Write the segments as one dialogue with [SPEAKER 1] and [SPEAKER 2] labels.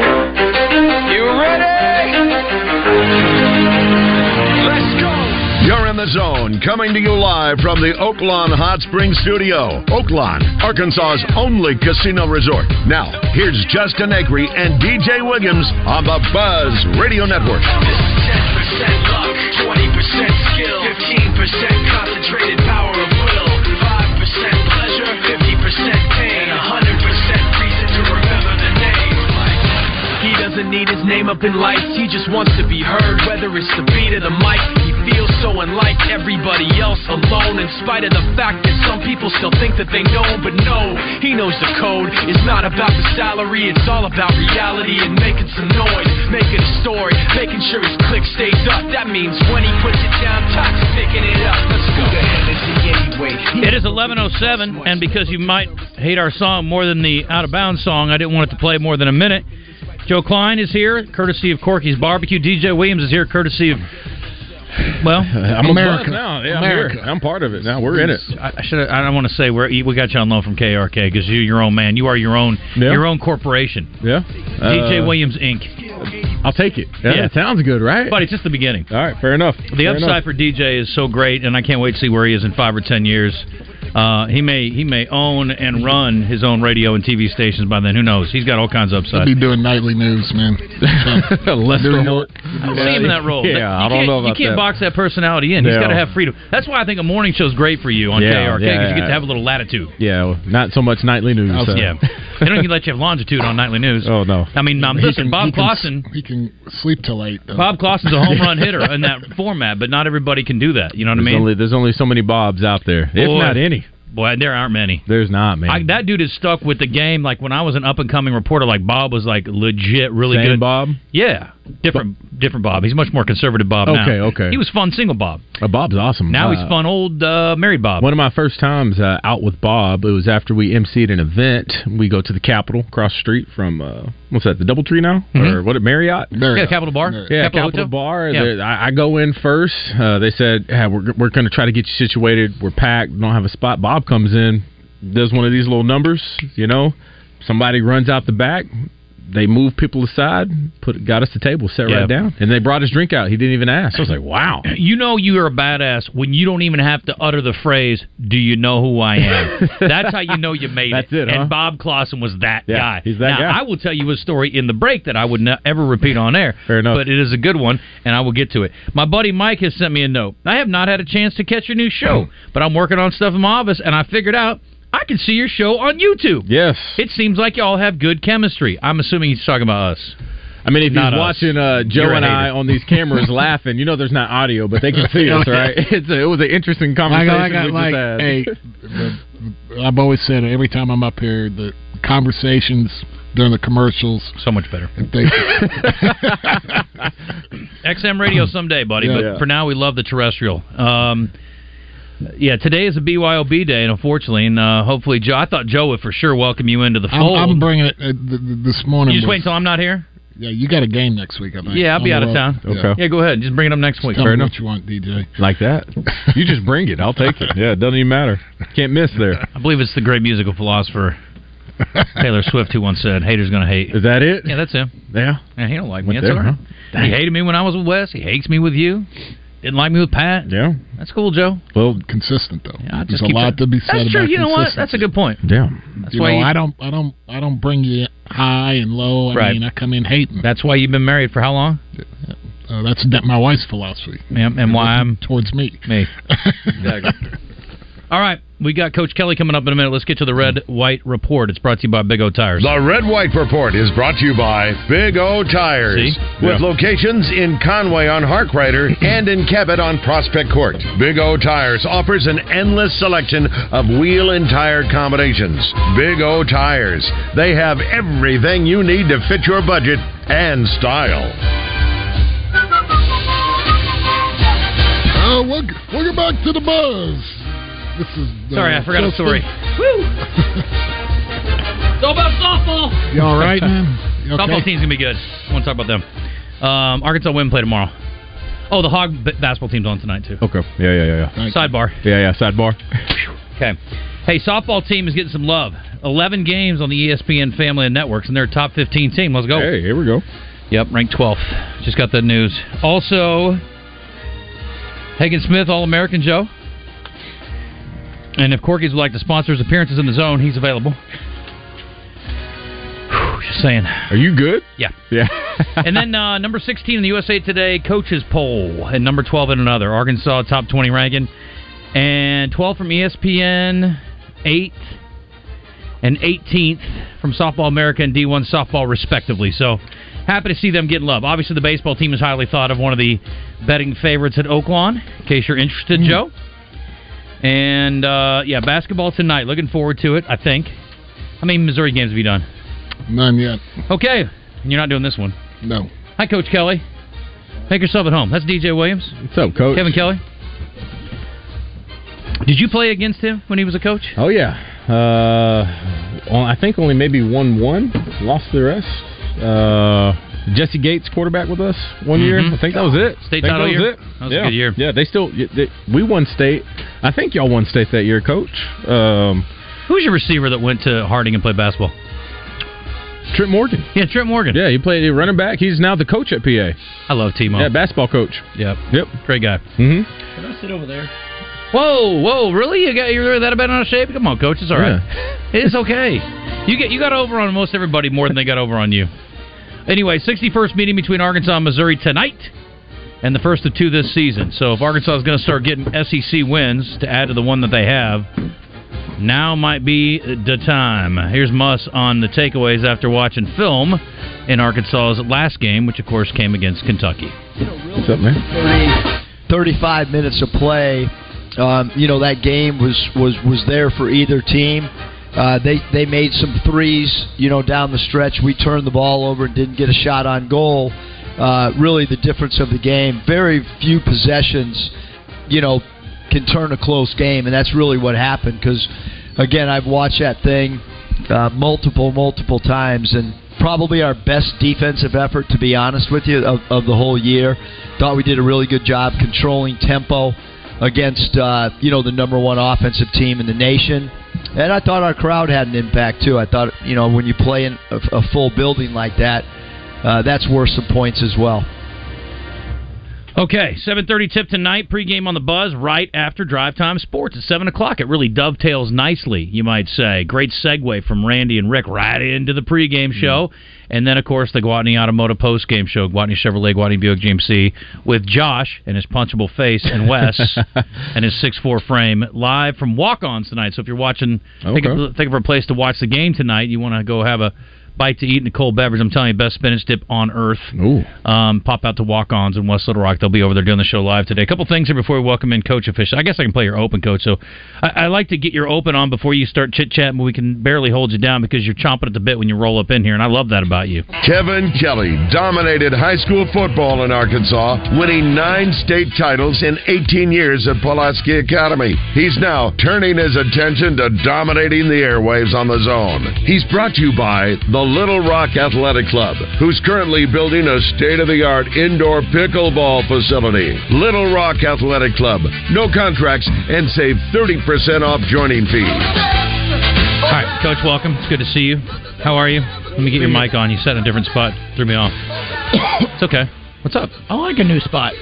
[SPEAKER 1] You ready? Let's go.
[SPEAKER 2] You're in the zone, coming to you live from the Oaklawn Hot Spring Studio, Oaklawn, Arkansas's only casino resort. Now, here's Justin Acree and DJ Williams on the Buzz Radio Network.
[SPEAKER 1] This is 10% luck, 20% skill, 15% concentrated power of will, 5% pleasure, 50% pain, and 100% reason to remember the name. He doesn't need his name up in lights, he just wants to be heard, whether it's the beat or the mic. He feels so unlike everybody else alone, in spite of the fact that some people still think that they know him, but no, he knows the code. It's not about the salary, it's all about reality and making some noise, making a story, making sure his click stays up. That means when he puts it down, Tox picking it up. Let's go. Who the hell is he anyway?
[SPEAKER 3] It is 11:07, and because you might hate our song more than the out of bounds song, I didn't want it to play more than a minute. Joe Klein is here, courtesy of Corky's Barbecue. DJ Williams is here, courtesy of well,
[SPEAKER 4] I'm America now. Yeah, America. I'm, here. I'm part of it now. We're in it.
[SPEAKER 3] I I should. I don't want to say we're, we got you on loan from KRK because you're your own man. You are your own
[SPEAKER 4] Yeah.
[SPEAKER 3] your own corporation.
[SPEAKER 4] Yeah.
[SPEAKER 3] DJ
[SPEAKER 4] Uh,
[SPEAKER 3] Williams Inc.
[SPEAKER 4] I'll take it. Yeah,
[SPEAKER 3] Yeah.
[SPEAKER 4] it sounds good, right?
[SPEAKER 3] But it's just the beginning.
[SPEAKER 4] All right, fair enough.
[SPEAKER 3] The
[SPEAKER 4] Fair
[SPEAKER 3] upside
[SPEAKER 4] enough.
[SPEAKER 3] for DJ is so great, and I can't wait to see where he is in five or ten years. Uh, he may he may own and run his own radio and TV stations by then. Who knows? He's got all kinds of upside.
[SPEAKER 5] be doing nightly news, man.
[SPEAKER 4] Lester
[SPEAKER 5] Doing
[SPEAKER 4] Holt.
[SPEAKER 3] I see him in that role.
[SPEAKER 4] Yeah,
[SPEAKER 3] That- you
[SPEAKER 4] I don't
[SPEAKER 3] can't-
[SPEAKER 4] know about
[SPEAKER 3] You can't
[SPEAKER 4] that.
[SPEAKER 3] box that personality in. He's
[SPEAKER 4] No.
[SPEAKER 3] got to have freedom. That's why I think a morning show's great for you on
[SPEAKER 4] Yeah,
[SPEAKER 3] KRK because
[SPEAKER 4] yeah,
[SPEAKER 3] you get
[SPEAKER 4] yeah.
[SPEAKER 3] to have a little latitude.
[SPEAKER 4] Yeah, well, not so much nightly news. so-
[SPEAKER 3] Oh, Yeah, they don't even let you have longitude on nightly news.
[SPEAKER 4] Oh no.
[SPEAKER 3] I mean, um, listen, Bob Clausen.
[SPEAKER 5] He can sleep till late. Though.
[SPEAKER 3] Bob Clausen's a home run hitter in that format, but not everybody can do that. You know what I
[SPEAKER 4] There's,
[SPEAKER 3] mean?
[SPEAKER 4] only, there's only so many Bobs out there, if
[SPEAKER 3] Boy.
[SPEAKER 4] not any.
[SPEAKER 3] Boy, there aren't many.
[SPEAKER 4] There's not, man.
[SPEAKER 3] I, that dude is stuck with the game. Like when I was an up and coming reporter, like Bob was like legit, really
[SPEAKER 4] Same
[SPEAKER 3] good.
[SPEAKER 4] Bob.
[SPEAKER 3] Yeah, different, different Bob. He's much more conservative Bob now.
[SPEAKER 4] Okay, okay.
[SPEAKER 3] He was fun single Bob.
[SPEAKER 4] Uh, Bob's awesome.
[SPEAKER 3] Now
[SPEAKER 4] Uh,
[SPEAKER 3] he's fun old uh, married Bob.
[SPEAKER 4] One of my first times uh, out with Bob, it was after we emceed an event. We go to the Capitol, across the street from uh, what's that? The DoubleTree now,
[SPEAKER 3] Mm-hmm.
[SPEAKER 4] or what? At Marriott?
[SPEAKER 5] There
[SPEAKER 3] yeah,
[SPEAKER 5] you go.
[SPEAKER 3] Capital Bar.
[SPEAKER 4] Yeah,
[SPEAKER 3] Capital
[SPEAKER 4] Capitol,
[SPEAKER 3] Hotel.
[SPEAKER 4] Bar.
[SPEAKER 3] Yeah.
[SPEAKER 4] There- I, I go in first. Uh, they said, yeah, we're, we're going to try to get you situated. We're packed. Don't have a spot. Bob comes in, does one of these little numbers, you know. Somebody runs out the back. They move people aside, put got us the table, set
[SPEAKER 3] Yeah.
[SPEAKER 4] right down, and they brought his drink out. He didn't even ask. I was like, "Wow,
[SPEAKER 3] You know you are a badass when you don't even have to utter the phrase "Do you know who I am?" That's how you know you made
[SPEAKER 4] That's it, huh?
[SPEAKER 3] And Bob Clausen was that
[SPEAKER 4] Yeah,
[SPEAKER 3] guy.
[SPEAKER 4] he's that
[SPEAKER 3] now,
[SPEAKER 4] guy.
[SPEAKER 3] I will tell you a story in the break that I would not ever repeat on air.
[SPEAKER 4] Fair enough.
[SPEAKER 3] but it is a good one, and I will get to it. My buddy Mike has sent me a note. I have not had a chance to catch your new
[SPEAKER 4] Mm.
[SPEAKER 3] show, but I'm working on stuff in my office, and I figured out I can see your show on YouTube.
[SPEAKER 4] yes."
[SPEAKER 3] It seems like y'all have good chemistry. I'm assuming he's talking about us.
[SPEAKER 4] I mean, if
[SPEAKER 3] Not us.
[SPEAKER 4] he's watching uh, Joe
[SPEAKER 3] You're a
[SPEAKER 4] and I
[SPEAKER 3] hater.
[SPEAKER 4] on these cameras laughing, you know there's not audio, but they can see us, right? It's a, it was an interesting
[SPEAKER 5] Like,
[SPEAKER 4] conversation
[SPEAKER 5] like, I-
[SPEAKER 4] we just
[SPEAKER 5] like,
[SPEAKER 4] had.
[SPEAKER 5] hey, the- the- I've always said it every time I'm up here, the conversations during the commercials,
[SPEAKER 3] So much better.
[SPEAKER 5] if they,
[SPEAKER 3] XM radio someday, buddy.
[SPEAKER 5] Yeah,
[SPEAKER 3] but
[SPEAKER 4] yeah.
[SPEAKER 3] for now, we love the terrestrial. Um, yeah, today is a BYOB day, and unfortunately, and uh, hopefully, Joe. I thought Joe would for sure welcome you into the
[SPEAKER 5] I'm,
[SPEAKER 3] fold.
[SPEAKER 5] I'm bringing it uh, th- th- this morning.
[SPEAKER 3] you just wait
[SPEAKER 5] was-
[SPEAKER 3] until I'm not here.
[SPEAKER 5] yeah, you got a game next week, I think.
[SPEAKER 3] Yeah, I'll be
[SPEAKER 5] On the
[SPEAKER 3] out of
[SPEAKER 5] road.
[SPEAKER 3] town. Yeah, go ahead. Just bring it up next week.
[SPEAKER 5] Tell
[SPEAKER 4] Fair
[SPEAKER 5] me
[SPEAKER 4] enough.
[SPEAKER 5] what you want, DJ.
[SPEAKER 4] Like that. You just bring it. I'll take it. Yeah, it doesn't even matter. Can't miss there.
[SPEAKER 3] I believe it's the great musical philosopher Taylor Swift who once said, "Haters gonna hate."
[SPEAKER 4] Is that it?
[SPEAKER 3] Yeah, that's him.
[SPEAKER 4] Yeah.
[SPEAKER 3] Yeah, he don't like me.
[SPEAKER 4] Went
[SPEAKER 3] That's all
[SPEAKER 4] there,
[SPEAKER 3] right. He hated me when I was with Wes. He hates me with you. Didn't like me with Pat.
[SPEAKER 4] Yeah.
[SPEAKER 3] That's cool, Joe.
[SPEAKER 4] Well,
[SPEAKER 5] Consistent though.
[SPEAKER 3] Yeah, I
[SPEAKER 5] There's
[SPEAKER 3] just
[SPEAKER 5] a
[SPEAKER 3] keep
[SPEAKER 5] lot
[SPEAKER 3] try-
[SPEAKER 5] to be said
[SPEAKER 3] That's
[SPEAKER 5] about
[SPEAKER 3] true. You know what?
[SPEAKER 5] consistency.
[SPEAKER 3] That's a good point.
[SPEAKER 4] yeah.
[SPEAKER 3] That's
[SPEAKER 5] You
[SPEAKER 3] why
[SPEAKER 5] know,
[SPEAKER 3] you,
[SPEAKER 5] I don't, I don't, I don't bring you high and low. I
[SPEAKER 3] Right.
[SPEAKER 5] mean, I come in hating.
[SPEAKER 3] That's why you've been married for how long?
[SPEAKER 5] Uh, that's that my wife's philosophy
[SPEAKER 3] Yeah, and why I'm
[SPEAKER 5] towards me.
[SPEAKER 3] me. All right, we got Coach Kelly coming up in a minute. Let's get to the red white report. It's brought to you by Big O Tires.
[SPEAKER 2] The Red White Report is brought to you by Big O Tires.
[SPEAKER 3] See?
[SPEAKER 2] With
[SPEAKER 4] Yeah.
[SPEAKER 2] locations in Conway on Harkrider and in Cabot on Prospect Court, Big O Tires offers an endless selection of wheel and tire combinations. Big O Tires, they have everything you need to fit your budget and style.
[SPEAKER 5] Oh, welcome, welcome back to the buzz. This is uh,
[SPEAKER 3] Sorry, I forgot a
[SPEAKER 5] Justin.
[SPEAKER 3] story. Woo! Go about softball.
[SPEAKER 5] You all right, man? You okay?
[SPEAKER 3] Softball team's gonna be good. I want to talk about them. Um, Arkansas women play tomorrow. Oh, the Hog b- basketball team's on tonight too.
[SPEAKER 4] Okay. Yeah, yeah, yeah, yeah.
[SPEAKER 3] Sidebar.
[SPEAKER 4] Yeah, yeah. Sidebar.
[SPEAKER 3] Okay. Hey, softball team is getting some love. Eleven games on the E ESPN family and networks, and they're a top fifteen team. Let's go.
[SPEAKER 4] Hey, here we go.
[SPEAKER 3] Yep, ranked twelfth. Just got that news. Also, Hagen Smith, All American Joe. And if Corky's would like to sponsor his appearances in the zone, he's available. Whew, just saying.
[SPEAKER 4] Are you good?
[SPEAKER 3] Yeah.
[SPEAKER 4] Yeah.
[SPEAKER 3] and then uh, number 16 in the USA Today coaches poll, and number 12 in another. Arkansas top 20 ranking, and 12 from E ESPN, 8th, and 18th from Softball America and D1 Softball, respectively. So happy to see them getting love. Obviously, the baseball team is highly thought of, one of the betting favorites at Oaklawn, in case you're interested,
[SPEAKER 4] Mm-hmm.
[SPEAKER 3] Joe. And uh, yeah, basketball tonight. Looking forward to it, I think. How many Missouri games have you done?
[SPEAKER 5] None yet.
[SPEAKER 3] Okay. And you're not doing this one.
[SPEAKER 5] No.
[SPEAKER 3] Hi, Coach Kelly. Make yourself at home. That's DJ Williams.
[SPEAKER 4] What's up, coach?
[SPEAKER 3] Kevin Kelly. Did you play against him when he was a coach?
[SPEAKER 4] Oh yeah. Uh, well, I think only maybe one one. Lost the rest. Uh, Jesse Gates, quarterback with us one year.
[SPEAKER 3] Mhm.
[SPEAKER 4] I think that was it.
[SPEAKER 3] State
[SPEAKER 4] Think
[SPEAKER 3] title
[SPEAKER 4] that was
[SPEAKER 3] year.
[SPEAKER 4] It.
[SPEAKER 3] That was a
[SPEAKER 4] yeah.
[SPEAKER 3] good year.
[SPEAKER 4] Yeah, they still. y- They, we won state. I think y'all won state that year, coach. Um,
[SPEAKER 3] Who was your receiver that went to Harding and played basketball?
[SPEAKER 4] Trent Morgan.
[SPEAKER 3] Yeah, Trent Morgan.
[SPEAKER 4] Yeah, he played running back. He's now the coach at PA.
[SPEAKER 3] I love Timo.
[SPEAKER 4] Yeah, basketball coach.
[SPEAKER 3] yep.
[SPEAKER 4] Yep.
[SPEAKER 3] Great guy.
[SPEAKER 4] Mm-hmm.
[SPEAKER 6] Can I sit over there?
[SPEAKER 3] Whoa, whoa, really? You got you're that bad out of shape? Come on, coach. It's all right. It's okay. You get you got over on most everybody more than they got over on you. Anyway, 61st meeting between Arkansas and Missouri tonight, and the first of two this season. So if Arkansas is going to start getting SEC wins to add to the one that they have, now might be the time. Here's Muss on the takeaways after watching film in Arkansas's last game, which of course came against Kentucky.
[SPEAKER 4] What's up, man?
[SPEAKER 6] 30, 35 minutes of play. Um, you know that game was was was there for either team. Uh, they they made some threes. You know down the stretch, we turned the ball over and didn't get a shot on goal. Uh, really, the difference of the game. Very few possessions. You know can turn a close game, and that's really what happened. Because again, I've watched that thing uh, multiple, multiple times, and probably our best defensive effort, to be honest with you, of, of the whole year. Thought we did a really good job controlling tempo against uh, you know the number one offensive team in the nation. And I thought our crowd had an impact too. I thought you know when you play in a, a full building like that, uh, that's worth some points as well.
[SPEAKER 3] Okay, 7.30 tip tonight, pregame on the buzz right after drive time sports at 7 o'clock. It really dovetails nicely, you might say. Great segue from Randy and Rick right into the pregame show. And then, of course, the Guadney Automotive postgame show, Guadney Chevrolet, Guadney Buick GMC, with Josh and his punchable face and Wes and his 6'4 frame live from walk-ons tonight. So if you're watching, think,
[SPEAKER 4] Okay.
[SPEAKER 3] of, think of a place to watch the game tonight. You want to go have a bite to eat and a cold beverage. I'm telling you, best spinach dip on earth
[SPEAKER 4] Ooh.
[SPEAKER 3] um, pop out to walk-ons in West Little Rock. They'll be over there doing the show live today. A couple things here before we welcome in Coach Official. I guess I can play your open, Coach. So I, I like to get your open on before you start chit-chatting, but we can barely hold you down because you're chomping at the bit when you roll up in here, and I love that about you.
[SPEAKER 7] Kevin Kelly dominated high school football in Arkansas, winning nine state titles in 18 years at Pulaski Academy. He's now turning his attention to dominating the airwaves on the zone. He's brought to you by the Little Rock Athletic Club, who's currently building a state of the art indoor pickleball facility. Little Rock Athletic Club, no contracts, and save 30% off joining fees.
[SPEAKER 3] All right, Coach, welcome. It's good to see you. How are you? Let me get your mic on. You sat in a different spot. Threw me off. It's okay. What's up?
[SPEAKER 6] I like a new spot.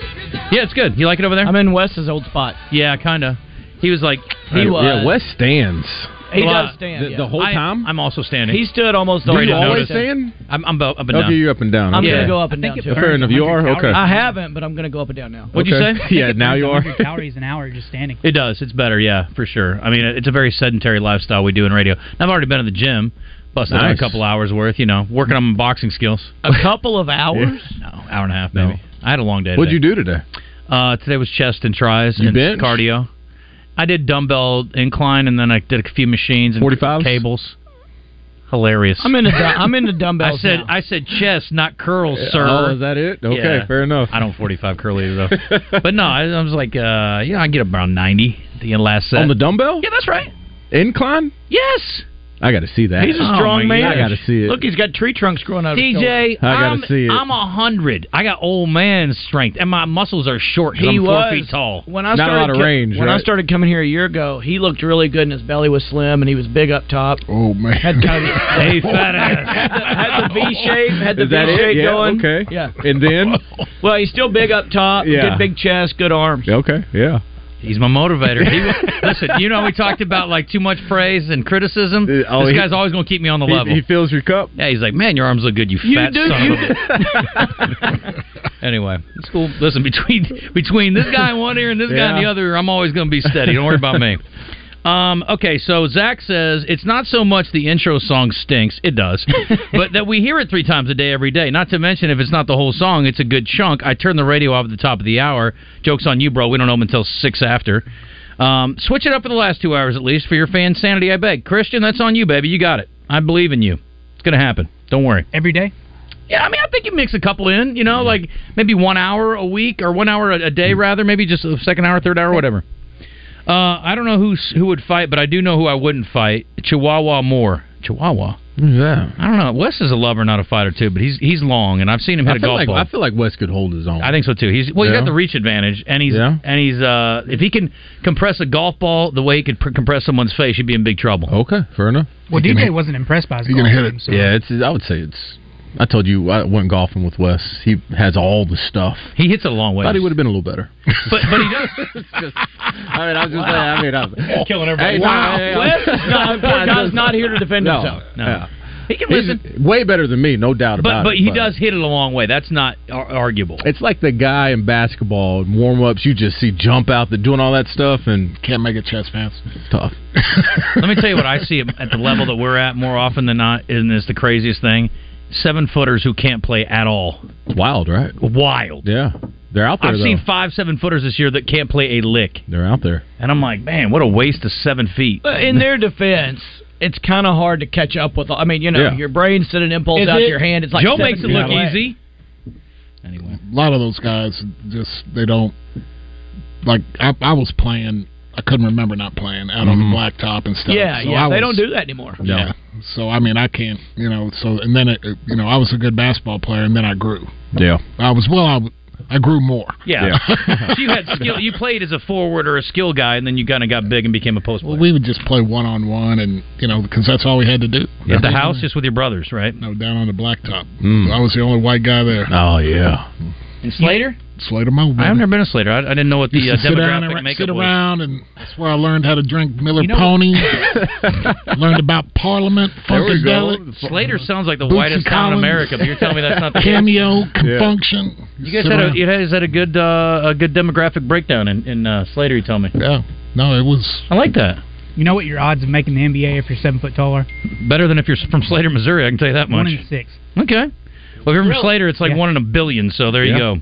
[SPEAKER 3] Yeah, it's good. You like it over there?
[SPEAKER 6] in Wes's old spot.
[SPEAKER 3] yeah, kind of. He was like,
[SPEAKER 6] He was.
[SPEAKER 4] Yeah, Wes stands
[SPEAKER 6] He
[SPEAKER 3] Well, uh,
[SPEAKER 6] does stand.
[SPEAKER 4] the,
[SPEAKER 6] yeah.
[SPEAKER 4] the whole
[SPEAKER 3] I-
[SPEAKER 4] time.
[SPEAKER 3] I'm also standing.
[SPEAKER 6] he stood almost the
[SPEAKER 4] Do
[SPEAKER 6] whole
[SPEAKER 4] you
[SPEAKER 3] didn't
[SPEAKER 6] time.
[SPEAKER 4] always
[SPEAKER 3] notice it.
[SPEAKER 4] stand?
[SPEAKER 3] I'm, I'm bo- up and down.
[SPEAKER 4] Okay, you're up and down.
[SPEAKER 6] I'm
[SPEAKER 4] okay.
[SPEAKER 6] gonna
[SPEAKER 3] Yeah.
[SPEAKER 6] go up and
[SPEAKER 8] I think
[SPEAKER 6] down
[SPEAKER 8] it
[SPEAKER 6] too.
[SPEAKER 4] Fair enough. You are okay.
[SPEAKER 6] I haven't, but I'm gonna go up and down now.
[SPEAKER 3] What'd you
[SPEAKER 4] Okay.
[SPEAKER 3] say?
[SPEAKER 4] yeah, now you are.
[SPEAKER 8] 100 calories an hour just standing.
[SPEAKER 3] It does. It's better, yeah, for sure. I mean, it's a very sedentary lifestyle we do in radio. And I've already been in the gym, busting out a
[SPEAKER 4] Nice.
[SPEAKER 3] couple hours worth, you know, working on my boxing skills.
[SPEAKER 6] A couple of hours.
[SPEAKER 3] No, hour and a half
[SPEAKER 4] No.
[SPEAKER 3] maybe. I had a long day.
[SPEAKER 4] What'd you
[SPEAKER 3] today.
[SPEAKER 4] do today?
[SPEAKER 3] Uh, today was chest and tries
[SPEAKER 4] You
[SPEAKER 3] and
[SPEAKER 4] bench?
[SPEAKER 3] cardio. I did dumbbell incline and then I did a few machines and
[SPEAKER 4] 45s?
[SPEAKER 3] cables. Hilarious.
[SPEAKER 6] I'm into du- I'm into dumbbells.
[SPEAKER 3] I said
[SPEAKER 6] now.
[SPEAKER 3] I said chest, not curls, sir.
[SPEAKER 4] Oh, is that it? Okay,
[SPEAKER 3] Yeah.
[SPEAKER 4] fair enough.
[SPEAKER 3] I don't 45 curl either though. but no, I, I was like, uh, you know, I get up around 90 at the end of last set.
[SPEAKER 4] On the dumbbell?
[SPEAKER 3] yeah, that's right.
[SPEAKER 4] Incline?
[SPEAKER 3] Yes.
[SPEAKER 4] I got to see that.
[SPEAKER 3] He's a strong
[SPEAKER 4] Oh my
[SPEAKER 3] man.
[SPEAKER 4] gosh. I got to see it.
[SPEAKER 3] Look, he's got tree trunks growing out.
[SPEAKER 8] DJ,
[SPEAKER 3] of his stomach.
[SPEAKER 4] I gotta
[SPEAKER 8] I'm-
[SPEAKER 4] see it.
[SPEAKER 8] I'm a hundred. I got old man strength, and my muscles are short. 'cause
[SPEAKER 4] He
[SPEAKER 8] I'm
[SPEAKER 4] was.
[SPEAKER 8] four feet tall.
[SPEAKER 9] When I
[SPEAKER 4] Not a
[SPEAKER 9] started
[SPEAKER 4] lot of
[SPEAKER 9] co-
[SPEAKER 4] range,
[SPEAKER 9] When I
[SPEAKER 4] right?
[SPEAKER 9] started coming here a year ago, he looked really good, and his belly was slim, and he was big up top.
[SPEAKER 5] Oh man,
[SPEAKER 9] had kind of
[SPEAKER 3] Hey, fat ass.
[SPEAKER 9] had the V shape, had the
[SPEAKER 4] Oh. Is that
[SPEAKER 9] V shape
[SPEAKER 4] it? Yeah.
[SPEAKER 9] going.
[SPEAKER 4] Okay.
[SPEAKER 9] Yeah.
[SPEAKER 4] And then.
[SPEAKER 9] Well, he's still big up top.
[SPEAKER 4] Yeah.
[SPEAKER 9] Good big chest, good arms.
[SPEAKER 4] Okay. Yeah.
[SPEAKER 3] He's my motivator. He, listen, you know we talked about like too much praise and criticism.
[SPEAKER 4] Uh, oh,
[SPEAKER 3] this
[SPEAKER 4] he-
[SPEAKER 3] guy's always going to keep me on the
[SPEAKER 4] He,
[SPEAKER 3] level.
[SPEAKER 4] he fills your cup.
[SPEAKER 3] yeah, he's like, man, your arms look good, you,
[SPEAKER 9] You
[SPEAKER 3] fat
[SPEAKER 9] do.
[SPEAKER 3] son
[SPEAKER 9] You
[SPEAKER 3] of a-" Anyway, it's cool. Listen, between between this guy in one ear and this guy in the
[SPEAKER 4] Yeah.
[SPEAKER 3] other, I'm always going to be steady. Don't worry about me. Um, okay, so Zach says it's not so much the intro song stinks, it does, but that we hear it three times a day every day. Not to mention, if it's not the whole song, it's a good chunk. I turn the radio off at the top of the hour. Joke's on you, bro. We don't open until six after. Um, switch it up for the last two hours at least for your fan sanity, I beg. Christian, that's on you, baby. You got it. I believe in you. It's going to happen. Don't worry.
[SPEAKER 8] Every day.
[SPEAKER 3] Yeah, I mean, I think you mix a couple in, you know, like maybe one hour a week or one hour a, a day, rather, maybe just a second hour, third hour, whatever. Uh, I don't know who's, who would fight, but I do know who I wouldn't fight Chihuahua Moore. Chihuahua.
[SPEAKER 4] Yeah.
[SPEAKER 3] I don't know. Wes is a lover, not a fighter, too, but he's he's long, and I've seen him hit
[SPEAKER 4] I
[SPEAKER 3] a
[SPEAKER 4] feel
[SPEAKER 3] golf
[SPEAKER 4] like
[SPEAKER 3] ball.
[SPEAKER 4] I feel like Wes could hold his own.
[SPEAKER 3] I think so too. He's well, he's
[SPEAKER 4] Yeah.
[SPEAKER 3] got the reach advantage, and he's
[SPEAKER 4] Yeah.
[SPEAKER 3] and he's uh, if he can compress a golf ball the way he could pr- compress someone's face, he'd be in big trouble.
[SPEAKER 4] Okay. Fair enough.
[SPEAKER 8] Well,
[SPEAKER 5] can
[SPEAKER 8] DJ
[SPEAKER 5] hit-
[SPEAKER 8] wasn't impressed by his
[SPEAKER 5] he can
[SPEAKER 8] golf
[SPEAKER 5] hit
[SPEAKER 8] game,
[SPEAKER 5] it.
[SPEAKER 8] so-
[SPEAKER 4] Yeah. It's. I would say it's. I told you I went golfing with Wes. He has all the stuff.
[SPEAKER 3] He hits it a long way.
[SPEAKER 4] Thought he would have been a little better.
[SPEAKER 3] but, but he does.
[SPEAKER 4] I mean, I was just saying. I mean, I,
[SPEAKER 3] Killing
[SPEAKER 4] Hey, no,
[SPEAKER 9] Wow.
[SPEAKER 4] hey, hey,
[SPEAKER 9] Wes is not, poor guy's not here to defend
[SPEAKER 4] no,
[SPEAKER 9] himself.
[SPEAKER 4] no.
[SPEAKER 3] No. He can
[SPEAKER 4] He's
[SPEAKER 3] listen.
[SPEAKER 4] way better than me, no doubt
[SPEAKER 3] But
[SPEAKER 4] about
[SPEAKER 3] but
[SPEAKER 4] it.
[SPEAKER 3] he does hit it a long way. That's not ar- arguable.
[SPEAKER 4] It's like the guy in basketball in warm ups. You just see jump out the doing all that stuff and
[SPEAKER 5] can't make a chest pass.
[SPEAKER 4] tough.
[SPEAKER 3] Let me tell you what I see at the level that we're at more often than not, and it's the craziest thing: seven footers who can't play at all.
[SPEAKER 4] It's wild, right?
[SPEAKER 3] Wild.
[SPEAKER 4] Yeah, they're out there.
[SPEAKER 3] I've
[SPEAKER 4] though.
[SPEAKER 3] seen five seven footers this year that can't play a lick,
[SPEAKER 4] they're out there.
[SPEAKER 3] and I'm like, man, what a waste of seven feet.
[SPEAKER 9] But in their defense, it's kind of hard to catch up with. all- I mean, you know,
[SPEAKER 4] Yeah.
[SPEAKER 9] your brain sent an impulse
[SPEAKER 8] Is
[SPEAKER 9] out
[SPEAKER 8] it-
[SPEAKER 9] to your hand. It's like
[SPEAKER 3] Joe
[SPEAKER 9] seven
[SPEAKER 3] makes it
[SPEAKER 9] feet
[SPEAKER 3] look
[SPEAKER 9] away.
[SPEAKER 3] easy. Anyway,
[SPEAKER 5] A lot of those guys just they don't like. I, I was playing. I couldn't remember not playing out on the blacktop and stuff.
[SPEAKER 9] Mm-hmm. Yeah,
[SPEAKER 5] so
[SPEAKER 9] yeah.
[SPEAKER 5] I
[SPEAKER 9] they
[SPEAKER 5] was-
[SPEAKER 9] don't do that anymore.
[SPEAKER 4] No.
[SPEAKER 5] Yeah. So I mean, I can't, you know. So and then, it, it- you know, I was a good basketball player, and then I grew.
[SPEAKER 4] Yeah,
[SPEAKER 5] I was well. I, w- I grew more.
[SPEAKER 3] yeah. so you had skill. You played as a forward or a skill guy, and then you kind of got big and became a post
[SPEAKER 5] Well,
[SPEAKER 3] player.
[SPEAKER 5] we would just play one on one, and you know, because that's all we had to do.
[SPEAKER 3] At the house, just with your brothers, right? Hmm.
[SPEAKER 5] No, down on the blacktop.
[SPEAKER 4] Mm.
[SPEAKER 5] I was the only white guy there.
[SPEAKER 4] Oh yeah.
[SPEAKER 9] And Slater,
[SPEAKER 5] Slater Mobile.
[SPEAKER 3] I've never been a Slater. I, I didn't know what the uh,
[SPEAKER 5] sit down
[SPEAKER 3] demographic
[SPEAKER 5] and
[SPEAKER 3] makeup
[SPEAKER 5] sit
[SPEAKER 3] was.
[SPEAKER 5] around, and that's where I learned how to drink Miller
[SPEAKER 8] You know-
[SPEAKER 5] Pony. learned about Parliament,
[SPEAKER 4] There we go.
[SPEAKER 5] Funkadelic,
[SPEAKER 3] Slater sounds like the
[SPEAKER 5] Bootsy
[SPEAKER 3] whitest town in
[SPEAKER 5] Collins.
[SPEAKER 3] America, but you're telling me that's not the
[SPEAKER 5] Cameo, Confunction.
[SPEAKER 3] You guys
[SPEAKER 5] Sit
[SPEAKER 3] had a
[SPEAKER 5] around.
[SPEAKER 3] you guys had a good uh, a good demographic breakdown in, in uh, Slater. You tell me.
[SPEAKER 5] yeah. No, it was.
[SPEAKER 3] I like that
[SPEAKER 8] You know what your odds of making the NBA if you're seven foot taller?
[SPEAKER 3] better than if you're s- from Slater, Missouri. I can tell you that
[SPEAKER 8] One
[SPEAKER 3] much.
[SPEAKER 8] in six.
[SPEAKER 3] Okay. Well, if you're from Slater, it's like
[SPEAKER 8] Yeah.
[SPEAKER 3] one in a billion. So there you
[SPEAKER 4] Yeah.
[SPEAKER 3] go.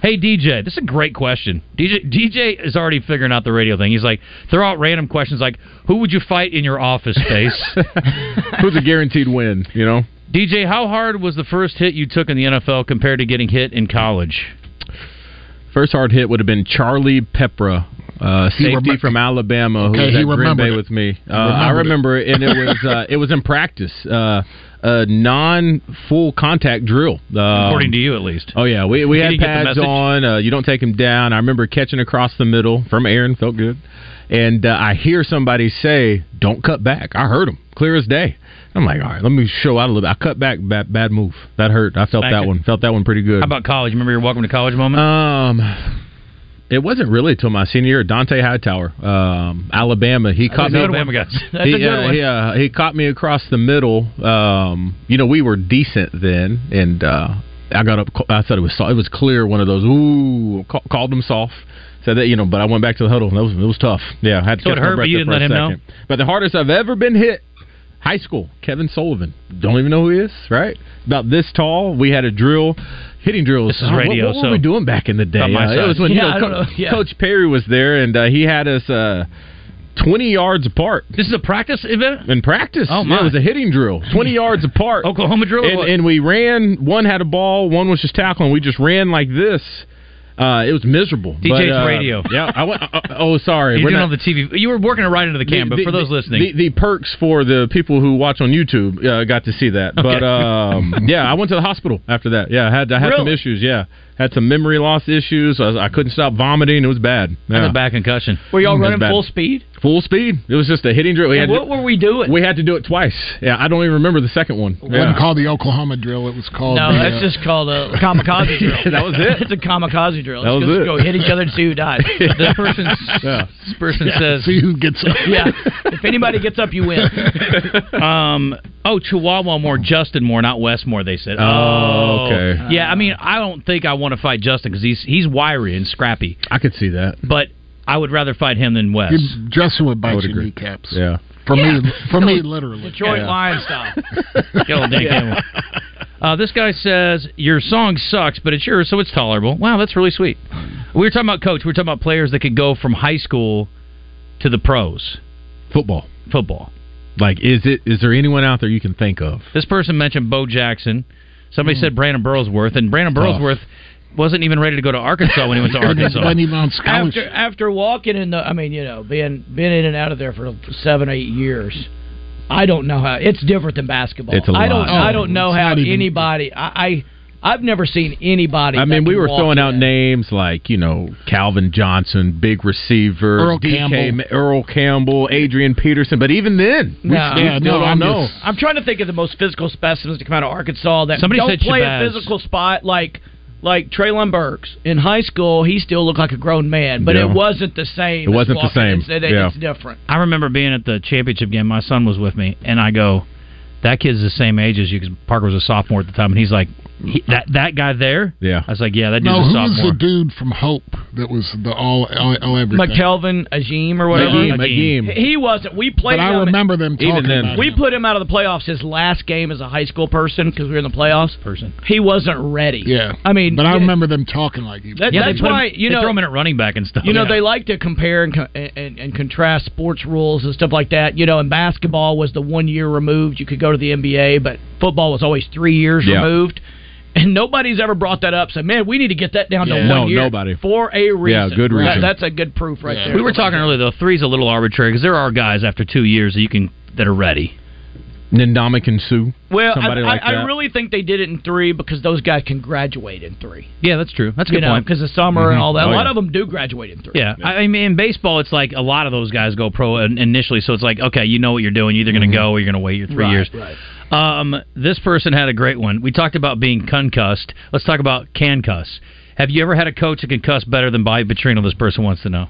[SPEAKER 3] Hey DJ, this is a great question. DJ DJ is already figuring out the radio thing. He's like, throw out random questions like, who would you fight in your office space?
[SPEAKER 4] Who's a guaranteed win? You know.
[SPEAKER 3] DJ, how hard was the first hit you took in the NFL compared to getting hit in college?
[SPEAKER 4] First hard hit would have been Charlie Pepra, uh, safety
[SPEAKER 5] remem-
[SPEAKER 4] from Alabama, who
[SPEAKER 5] Okay,
[SPEAKER 4] was
[SPEAKER 5] he
[SPEAKER 4] at Green
[SPEAKER 5] remembered
[SPEAKER 4] Bay
[SPEAKER 5] it.
[SPEAKER 4] with me. Uh, I remember
[SPEAKER 5] remembered
[SPEAKER 4] it, and it was uh, it was in practice, uh, a non full contact drill. Um,
[SPEAKER 3] According to you, at least.
[SPEAKER 4] Oh yeah, we we
[SPEAKER 3] Did
[SPEAKER 4] had
[SPEAKER 3] he get the
[SPEAKER 4] pads
[SPEAKER 3] message?
[SPEAKER 4] on. Uh, you don't take him down. I remember catching across the middle from Aaron. Felt good. And uh, I hear somebody say, "Don't cut back." I heard him clear as day. I'm like, all right, let me show out a little bit. I cut back, bad, bad move. That hurt. I felt
[SPEAKER 3] Back
[SPEAKER 4] that
[SPEAKER 3] it.
[SPEAKER 4] one. Felt that one pretty good.
[SPEAKER 3] How about college? Remember your welcome to college moment?
[SPEAKER 4] Um, it wasn't really till my senior year. Dante Hightower, um, Alabama. He caught me.
[SPEAKER 3] Alabama guys.
[SPEAKER 9] that's a
[SPEAKER 4] He,
[SPEAKER 9] good
[SPEAKER 4] uh,
[SPEAKER 9] one.
[SPEAKER 4] he, uh, he caught me across the middle. Um, you know, we were decent then, and uh, I got up. I thought it was soft. it was clear. One of those. Ooh, ca- called him soft. Said that you know, but I went back to the huddle. And that was it was tough. Yeah, I had to
[SPEAKER 3] So it
[SPEAKER 4] catch my
[SPEAKER 3] hurt, but
[SPEAKER 4] breath
[SPEAKER 3] you
[SPEAKER 4] there
[SPEAKER 3] didn't
[SPEAKER 4] for a
[SPEAKER 3] let him know?
[SPEAKER 4] second. But the hardest I've ever been hit high school, Kevin Sullivan. Don't even know who he is, right? About this tall. We had a drill, hitting drills.
[SPEAKER 3] This is
[SPEAKER 4] Uh, what-
[SPEAKER 3] radio,
[SPEAKER 4] What,
[SPEAKER 3] so-
[SPEAKER 4] were we doing back in the day?
[SPEAKER 3] About my
[SPEAKER 4] Uh,
[SPEAKER 3] size.
[SPEAKER 4] it was when
[SPEAKER 9] Yeah, I
[SPEAKER 4] you know,
[SPEAKER 9] don't
[SPEAKER 4] Co-
[SPEAKER 9] know. Yeah.
[SPEAKER 4] Coach Perry was there, and uh, he had us uh, twenty yards apart
[SPEAKER 3] This is a practice event?
[SPEAKER 4] in practice.
[SPEAKER 3] Oh,
[SPEAKER 4] Yeah,
[SPEAKER 3] my.
[SPEAKER 4] it was a hitting drill, twenty yards apart.
[SPEAKER 3] Oklahoma drill? or
[SPEAKER 4] And,
[SPEAKER 3] what?
[SPEAKER 4] and we ran. One had a ball. One was just tackling. We just ran like this. Uh, it was miserable.
[SPEAKER 3] DJ's
[SPEAKER 4] but, uh,
[SPEAKER 3] radio.
[SPEAKER 4] Yeah, I went. oh, Oh, sorry.
[SPEAKER 3] You
[SPEAKER 4] we're
[SPEAKER 3] did
[SPEAKER 4] not-
[SPEAKER 3] on the TV. You were working it right into the cam, but for those listening,
[SPEAKER 4] the, the perks for the people who watch on YouTube uh, got to see that. But
[SPEAKER 3] Okay.
[SPEAKER 4] um, yeah, I went to the hospital after that. Yeah, I had I had some
[SPEAKER 3] Really?
[SPEAKER 4] issues. Yeah, had some memory loss issues. I, was- I couldn't stop vomiting. It was bad.
[SPEAKER 3] I had
[SPEAKER 4] Yeah.
[SPEAKER 3] a back concussion.
[SPEAKER 9] Were y'all
[SPEAKER 4] That's
[SPEAKER 9] running
[SPEAKER 4] bad.
[SPEAKER 9] full speed?
[SPEAKER 4] Full speed. It was just a hitting drill. We had
[SPEAKER 9] And what
[SPEAKER 4] to,
[SPEAKER 9] were we doing?
[SPEAKER 4] we had to do it twice. Yeah, I don't even remember the second one.
[SPEAKER 5] It wasn't
[SPEAKER 4] Yeah.
[SPEAKER 5] called the Oklahoma drill. It was called.
[SPEAKER 9] no,
[SPEAKER 5] the,
[SPEAKER 9] that's
[SPEAKER 5] uh,
[SPEAKER 9] just called a kamikaze drill.
[SPEAKER 4] That was it.
[SPEAKER 9] it's a kamikaze drill.
[SPEAKER 4] That
[SPEAKER 9] It's
[SPEAKER 4] was
[SPEAKER 9] just
[SPEAKER 4] it.
[SPEAKER 9] Go hit each other and see who dies.
[SPEAKER 3] This person,
[SPEAKER 4] Yeah.
[SPEAKER 3] this person says,
[SPEAKER 5] See who gets up.
[SPEAKER 9] yeah. If anybody gets up, you win.
[SPEAKER 3] um, "Oh, Chihuahua Moore, Justin Moore, not Wes Moore." They said,
[SPEAKER 4] Oh, okay.
[SPEAKER 3] yeah." I mean, I don't think I want to fight Justin because he's he's wiry and scrappy,
[SPEAKER 4] I could see that.
[SPEAKER 3] but I would rather fight him than Wes.
[SPEAKER 5] You- Justin would
[SPEAKER 4] I
[SPEAKER 5] bite
[SPEAKER 4] would
[SPEAKER 5] your
[SPEAKER 4] agree.
[SPEAKER 5] kneecaps.
[SPEAKER 4] Yeah.
[SPEAKER 5] For me, for me, literally.
[SPEAKER 9] Detroit
[SPEAKER 4] Yeah.
[SPEAKER 9] Lion style.
[SPEAKER 3] Get old Dank Hamel. Uh, this guy says your song sucks, but it's yours, so it's tolerable. Wow, that's really sweet. We were talking about coach. We were talking about players that could go from high school to the pros
[SPEAKER 4] Football.
[SPEAKER 3] football.
[SPEAKER 4] Like, is it? Is there anyone out there you can think of?
[SPEAKER 3] This person mentioned Bo Jackson. Somebody
[SPEAKER 9] Hmm.
[SPEAKER 3] said Brandon Burlsworth, and
[SPEAKER 9] Oh.
[SPEAKER 3] Brandon
[SPEAKER 4] Tough.
[SPEAKER 3] Burlsworth wasn't even ready to go to Arkansas when he went to Arkansas.
[SPEAKER 5] Wasn't even on
[SPEAKER 9] After
[SPEAKER 5] scholarship.
[SPEAKER 9] after walking in the, I mean, you know, being being in and out of there for seven, eight years. I don't know how it's different than basketball.
[SPEAKER 4] It's a
[SPEAKER 9] I don't.
[SPEAKER 4] lot.
[SPEAKER 9] I don't know
[SPEAKER 5] Oh, it's
[SPEAKER 9] how
[SPEAKER 5] not even-
[SPEAKER 9] anybody. I, I I've never seen anybody.
[SPEAKER 4] I
[SPEAKER 9] that
[SPEAKER 4] mean,
[SPEAKER 9] can
[SPEAKER 4] we were
[SPEAKER 9] walk
[SPEAKER 4] throwing out
[SPEAKER 9] in.
[SPEAKER 4] names like you know Calvin Johnson, big receiver,
[SPEAKER 5] Earl
[SPEAKER 4] DK
[SPEAKER 5] Campbell.
[SPEAKER 4] Ma- Earl Campbell, Adrian Peterson. But even then, we,
[SPEAKER 9] No.
[SPEAKER 4] we
[SPEAKER 5] Yeah,
[SPEAKER 4] still
[SPEAKER 5] no,
[SPEAKER 4] don't
[SPEAKER 5] I'm
[SPEAKER 4] know.
[SPEAKER 5] just-
[SPEAKER 9] I'm trying to think of the most physical specimens to come out of Arkansas that
[SPEAKER 3] Somebody
[SPEAKER 9] don't
[SPEAKER 3] said
[SPEAKER 9] play
[SPEAKER 3] Shabazz.
[SPEAKER 9] a physical spot like like Traylon Burks. In high school, he still looked like a grown man, but
[SPEAKER 4] Yeah.
[SPEAKER 9] it wasn't the same.
[SPEAKER 4] It
[SPEAKER 9] as
[SPEAKER 4] wasn't the
[SPEAKER 9] walking.
[SPEAKER 4] same.
[SPEAKER 9] It's, it-
[SPEAKER 4] Yeah.
[SPEAKER 9] it's different.
[SPEAKER 3] I remember being at the championship game. My son was with me, and I go, "That kid's the same age as you." Because Parker was a sophomore at the time, and he's like, he, "That that guy there."
[SPEAKER 4] Yeah.
[SPEAKER 3] I was like, "Yeah, that dude's
[SPEAKER 5] No,
[SPEAKER 3] a
[SPEAKER 5] who was
[SPEAKER 3] sophomore."
[SPEAKER 5] the dude from Hope that was the all, all, all everything?
[SPEAKER 9] McKelvin Ajim or whatever.
[SPEAKER 4] Naeem,
[SPEAKER 3] Naeem.
[SPEAKER 4] Naeem.
[SPEAKER 9] He wasn't. We played.
[SPEAKER 5] But I
[SPEAKER 9] him in-
[SPEAKER 5] remember them talking
[SPEAKER 4] Even then.
[SPEAKER 5] about
[SPEAKER 9] We
[SPEAKER 5] him.
[SPEAKER 9] put him out of the playoffs his last game as a high school person because we were in the playoffs.
[SPEAKER 3] Person.
[SPEAKER 9] He wasn't ready.
[SPEAKER 5] Yeah,
[SPEAKER 9] I mean,
[SPEAKER 5] but I
[SPEAKER 9] yeah.
[SPEAKER 5] remember them talking like he.
[SPEAKER 9] That-
[SPEAKER 3] Yeah,
[SPEAKER 9] that's
[SPEAKER 3] they put
[SPEAKER 9] why
[SPEAKER 3] him,
[SPEAKER 9] you
[SPEAKER 3] they
[SPEAKER 9] know
[SPEAKER 3] throw him in at running back and stuff.
[SPEAKER 9] You know,
[SPEAKER 3] Yeah.
[SPEAKER 9] they like to compare and, co- and and contrast sports rules and stuff like that. You know, and basketball was the one year removed. You could go to the NBA, but football was always three years
[SPEAKER 4] Yeah.
[SPEAKER 9] removed. And nobody's ever brought that up. So, man, we need to get that down to one
[SPEAKER 5] Yeah.
[SPEAKER 4] No,
[SPEAKER 9] year
[SPEAKER 4] nobody.
[SPEAKER 9] for a reason.
[SPEAKER 4] good
[SPEAKER 9] That-
[SPEAKER 4] reason.
[SPEAKER 9] that's a good proof right
[SPEAKER 5] Yeah.
[SPEAKER 9] there.
[SPEAKER 3] we were talking earlier though. Three's a little arbitrary because there are guys after two years that you can that are ready.
[SPEAKER 4] Nindomik and Sue.
[SPEAKER 9] Well, I,
[SPEAKER 4] Somebody
[SPEAKER 9] I,
[SPEAKER 4] like
[SPEAKER 9] I
[SPEAKER 4] that.
[SPEAKER 9] really think they did it in three because those guys can graduate in three.
[SPEAKER 3] Yeah, that's true. That's a
[SPEAKER 9] you
[SPEAKER 3] good
[SPEAKER 9] know,
[SPEAKER 3] point.
[SPEAKER 9] because of summer and all that. a
[SPEAKER 4] Oh,
[SPEAKER 9] lot
[SPEAKER 4] yeah.
[SPEAKER 9] of them do graduate in three.
[SPEAKER 3] Yeah, I mean, in baseball, it's like a lot of those guys go pro in- initially, so it's like, okay, you know what you're doing. You're either
[SPEAKER 4] Mm-hmm.
[SPEAKER 3] going to go or you're going to wait your three
[SPEAKER 9] Right,
[SPEAKER 3] years.
[SPEAKER 9] right.
[SPEAKER 3] Um, this person had a great one. We talked about being concussed. Let's talk about can cuss. Have you ever had a coach that can cuss better than Bobby Petrino? This person wants to know.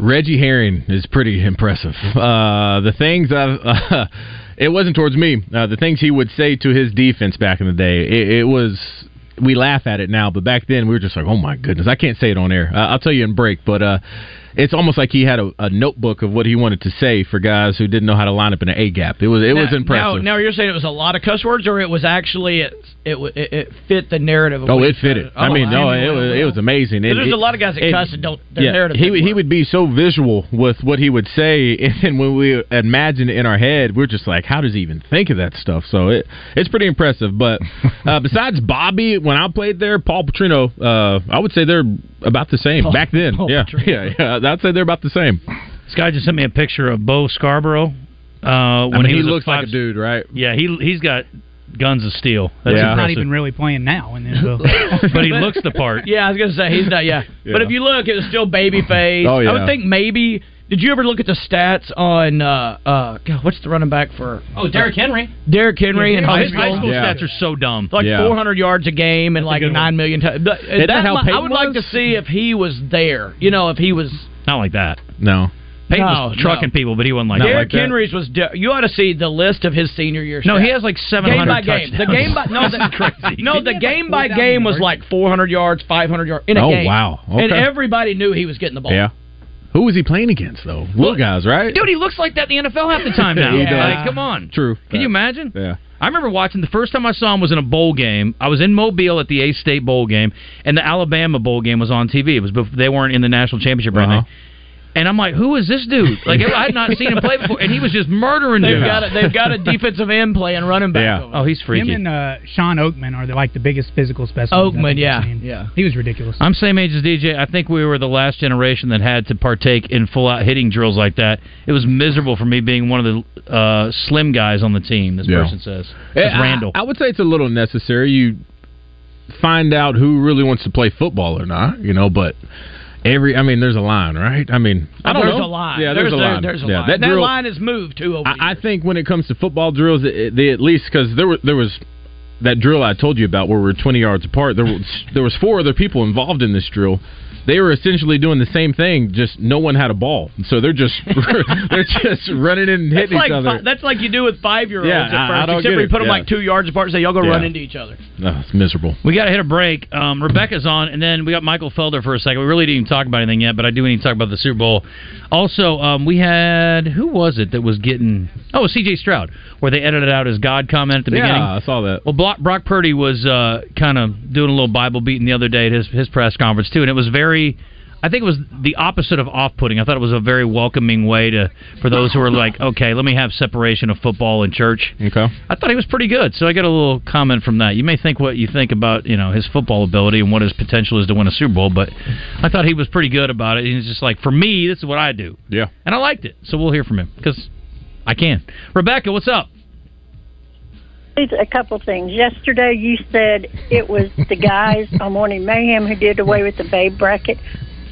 [SPEAKER 4] Reggie Herring is pretty impressive.
[SPEAKER 9] Mm-hmm.
[SPEAKER 4] Uh, the things I've, uh, it wasn't towards me. Uh, the things he would say to his defense back in the day, it, it was. We laugh at it now, but back then we were just like, "Oh my goodness, I can't say it on air." Uh, I'll tell you in break, but uh, it's almost like he had a, a notebook of what he wanted to say for guys who didn't know how to line up in an A gap. It was it was
[SPEAKER 9] Now-
[SPEAKER 4] impressive.
[SPEAKER 9] Now, now you're saying it was a lot of cuss words, or it was actually it it w- it, it fit the narrative. Of
[SPEAKER 4] Oh,
[SPEAKER 9] what
[SPEAKER 4] it
[SPEAKER 9] you
[SPEAKER 4] fit
[SPEAKER 9] said.
[SPEAKER 4] it. I mean, no,
[SPEAKER 9] I
[SPEAKER 4] it was it was amazing. And
[SPEAKER 9] There's
[SPEAKER 4] it-
[SPEAKER 9] a lot of guys that
[SPEAKER 4] and-
[SPEAKER 9] cuss and don't. Their narrative
[SPEAKER 4] he
[SPEAKER 9] didn't
[SPEAKER 4] would- he
[SPEAKER 9] work.
[SPEAKER 4] would be so visual with what he would say, and when we imagine it in our head, we're just like, how does he even think of that stuff? So it it's pretty impressive. But uh, besides Bobby, when I played there, Paul Petrino, uh, I would say they're about the same
[SPEAKER 9] Paul-
[SPEAKER 4] back then.
[SPEAKER 9] Paul
[SPEAKER 4] yeah,
[SPEAKER 9] Petrino.
[SPEAKER 4] yeah, yeah, I'd say they're about the same.
[SPEAKER 3] This guy just sent me a picture of Bo Scarborough. Uh, when
[SPEAKER 4] I mean, he,
[SPEAKER 3] was
[SPEAKER 4] looks like
[SPEAKER 3] Fox-
[SPEAKER 4] a dude, right?
[SPEAKER 3] Yeah, he he's got guns of steel. That's
[SPEAKER 4] Yeah.
[SPEAKER 3] impressive.
[SPEAKER 4] Not
[SPEAKER 8] really playing now in this book.
[SPEAKER 3] but he looks the part.
[SPEAKER 9] Yeah, I was gonna say he's not. Yeah,
[SPEAKER 4] Yeah.
[SPEAKER 9] but if you look, it was still baby face.
[SPEAKER 4] Oh, yeah.
[SPEAKER 9] I would think maybe. Did you ever look at the stats on uh uh God, what's the running back for
[SPEAKER 8] oh, Derrick Henry.
[SPEAKER 9] Derrick Henry in
[SPEAKER 3] Oh,
[SPEAKER 9] high
[SPEAKER 3] his
[SPEAKER 9] school?
[SPEAKER 3] high school
[SPEAKER 4] Yeah.
[SPEAKER 3] stats are so dumb.
[SPEAKER 9] Like
[SPEAKER 4] Yeah.
[SPEAKER 9] 400 yards a game and like
[SPEAKER 8] good one.
[SPEAKER 9] nine million. times.
[SPEAKER 4] that how
[SPEAKER 9] I
[SPEAKER 4] Peyton
[SPEAKER 9] would like to
[SPEAKER 4] was?
[SPEAKER 9] see if he was there. You know, if he was.
[SPEAKER 3] Not like that.
[SPEAKER 4] No,
[SPEAKER 3] Peyton
[SPEAKER 9] No,
[SPEAKER 3] was
[SPEAKER 9] no.
[SPEAKER 3] trucking people, but he wasn't like
[SPEAKER 4] Not
[SPEAKER 3] that.
[SPEAKER 9] Derrick
[SPEAKER 4] like that.
[SPEAKER 9] Henry's was. De- you ought to see the list of his senior year.
[SPEAKER 3] No,
[SPEAKER 9] stats.
[SPEAKER 3] he has like seven
[SPEAKER 9] game by
[SPEAKER 3] hundred
[SPEAKER 9] game.
[SPEAKER 3] touchdowns.
[SPEAKER 9] The game by no, the,
[SPEAKER 3] crazy.
[SPEAKER 9] no, the
[SPEAKER 8] he have,
[SPEAKER 9] game by
[SPEAKER 8] like, 4,000
[SPEAKER 9] game was
[SPEAKER 8] yards?
[SPEAKER 9] like 400 yards, 500 yards in a
[SPEAKER 4] Oh,
[SPEAKER 9] game.
[SPEAKER 4] wow.
[SPEAKER 9] And
[SPEAKER 4] Okay.
[SPEAKER 9] everybody knew he was getting the ball.
[SPEAKER 4] yeah. Who was he playing against though? Little guys, right?
[SPEAKER 3] Dude, he looks like that in the NFL half the time now.
[SPEAKER 4] He
[SPEAKER 3] Like,
[SPEAKER 4] does.
[SPEAKER 3] come on.
[SPEAKER 4] True.
[SPEAKER 3] Can you imagine?
[SPEAKER 4] Yeah.
[SPEAKER 3] I remember watching the first time I saw him was in a bowl game. I was in Mobile at the A State bowl game, and the Alabama bowl game was on TV. It was bef- they weren't in the national championship or
[SPEAKER 4] Uh-huh.
[SPEAKER 3] anything. And I'm like, who is this dude? Like, I had not seen him play before, and he was just murdering
[SPEAKER 9] They've
[SPEAKER 3] dudes.
[SPEAKER 9] got a, they've got a defensive end play and running back.
[SPEAKER 4] Yeah.
[SPEAKER 9] Over.
[SPEAKER 3] Oh, he's freaky.
[SPEAKER 10] Him and uh, Sean Oakman are the, like the biggest physical specimens. I
[SPEAKER 9] Oakman,
[SPEAKER 10] think I've
[SPEAKER 9] yeah,
[SPEAKER 10] seen.
[SPEAKER 9] yeah.
[SPEAKER 10] He was ridiculous.
[SPEAKER 3] I'm same age as DJ. I think we were the last generation that had to partake in full out hitting drills like that. It was miserable for me being one of the uh, slim guys on the team. This
[SPEAKER 4] Yeah.
[SPEAKER 3] person says
[SPEAKER 4] Yeah,
[SPEAKER 3] That's Randall.
[SPEAKER 4] I, I would say it's a little necessary. You find out who really wants to play football or not, you know, but every I mean, there's a line, right? I mean, I don't
[SPEAKER 9] there's
[SPEAKER 4] know.
[SPEAKER 9] a line.
[SPEAKER 4] Yeah, there's, a
[SPEAKER 9] there-
[SPEAKER 4] line.
[SPEAKER 9] There's a
[SPEAKER 4] yeah,
[SPEAKER 9] line.
[SPEAKER 4] That,
[SPEAKER 9] That,
[SPEAKER 4] drill,
[SPEAKER 9] line is moved too. Over
[SPEAKER 4] I, I think when it comes to football drills, it, it- they at least because there were there was that drill I told you about where we were 20 yards apart. There was there was four other people involved in this drill. They were essentially doing the same thing, just no one had a ball, so they're just they're just running and
[SPEAKER 9] that's
[SPEAKER 4] hitting
[SPEAKER 9] like
[SPEAKER 4] each other.
[SPEAKER 9] fi- that's like you do with five year olds
[SPEAKER 4] Yeah,
[SPEAKER 9] at
[SPEAKER 4] I- I
[SPEAKER 9] first,
[SPEAKER 4] don't
[SPEAKER 9] except
[SPEAKER 4] get
[SPEAKER 9] we
[SPEAKER 4] it.
[SPEAKER 9] put them
[SPEAKER 4] Yeah.
[SPEAKER 9] like two yards apart and say y'all go
[SPEAKER 4] Yeah.
[SPEAKER 9] run into each other.
[SPEAKER 4] Oh, it's miserable.
[SPEAKER 3] We got to hit a break. Um, Rebecca's on, and then we got Michael Felder for a second. We really didn't even talk about anything yet, but I do need to talk about the Super Bowl. Also, um, we had who was it that was getting? Oh, it was C.J. Stroud, where they edited out his God comment at the beginning.
[SPEAKER 4] Yeah, I saw that.
[SPEAKER 3] Well, Brock, Brock Purdy was uh, kind of doing a little Bible beating the other day at his his press conference too, and it was very. I think it was the opposite of off-putting. I thought it was a very welcoming way to for those who are like, okay, let me have separation of football and church.
[SPEAKER 4] Okay.
[SPEAKER 3] I thought he was pretty good, so I got a little comment from that. You may think what you think about you know his football ability and what his potential is to win a Super Bowl, but I thought he was pretty good about it. He's just like, for me, this is what I do,
[SPEAKER 4] Yeah.
[SPEAKER 3] and I liked it. So we'll hear from him because I can. Rebecca, what's up?
[SPEAKER 11] A couple things. Yesterday, you said it was the guys on Morning Mayhem who did away with the Babe bracket.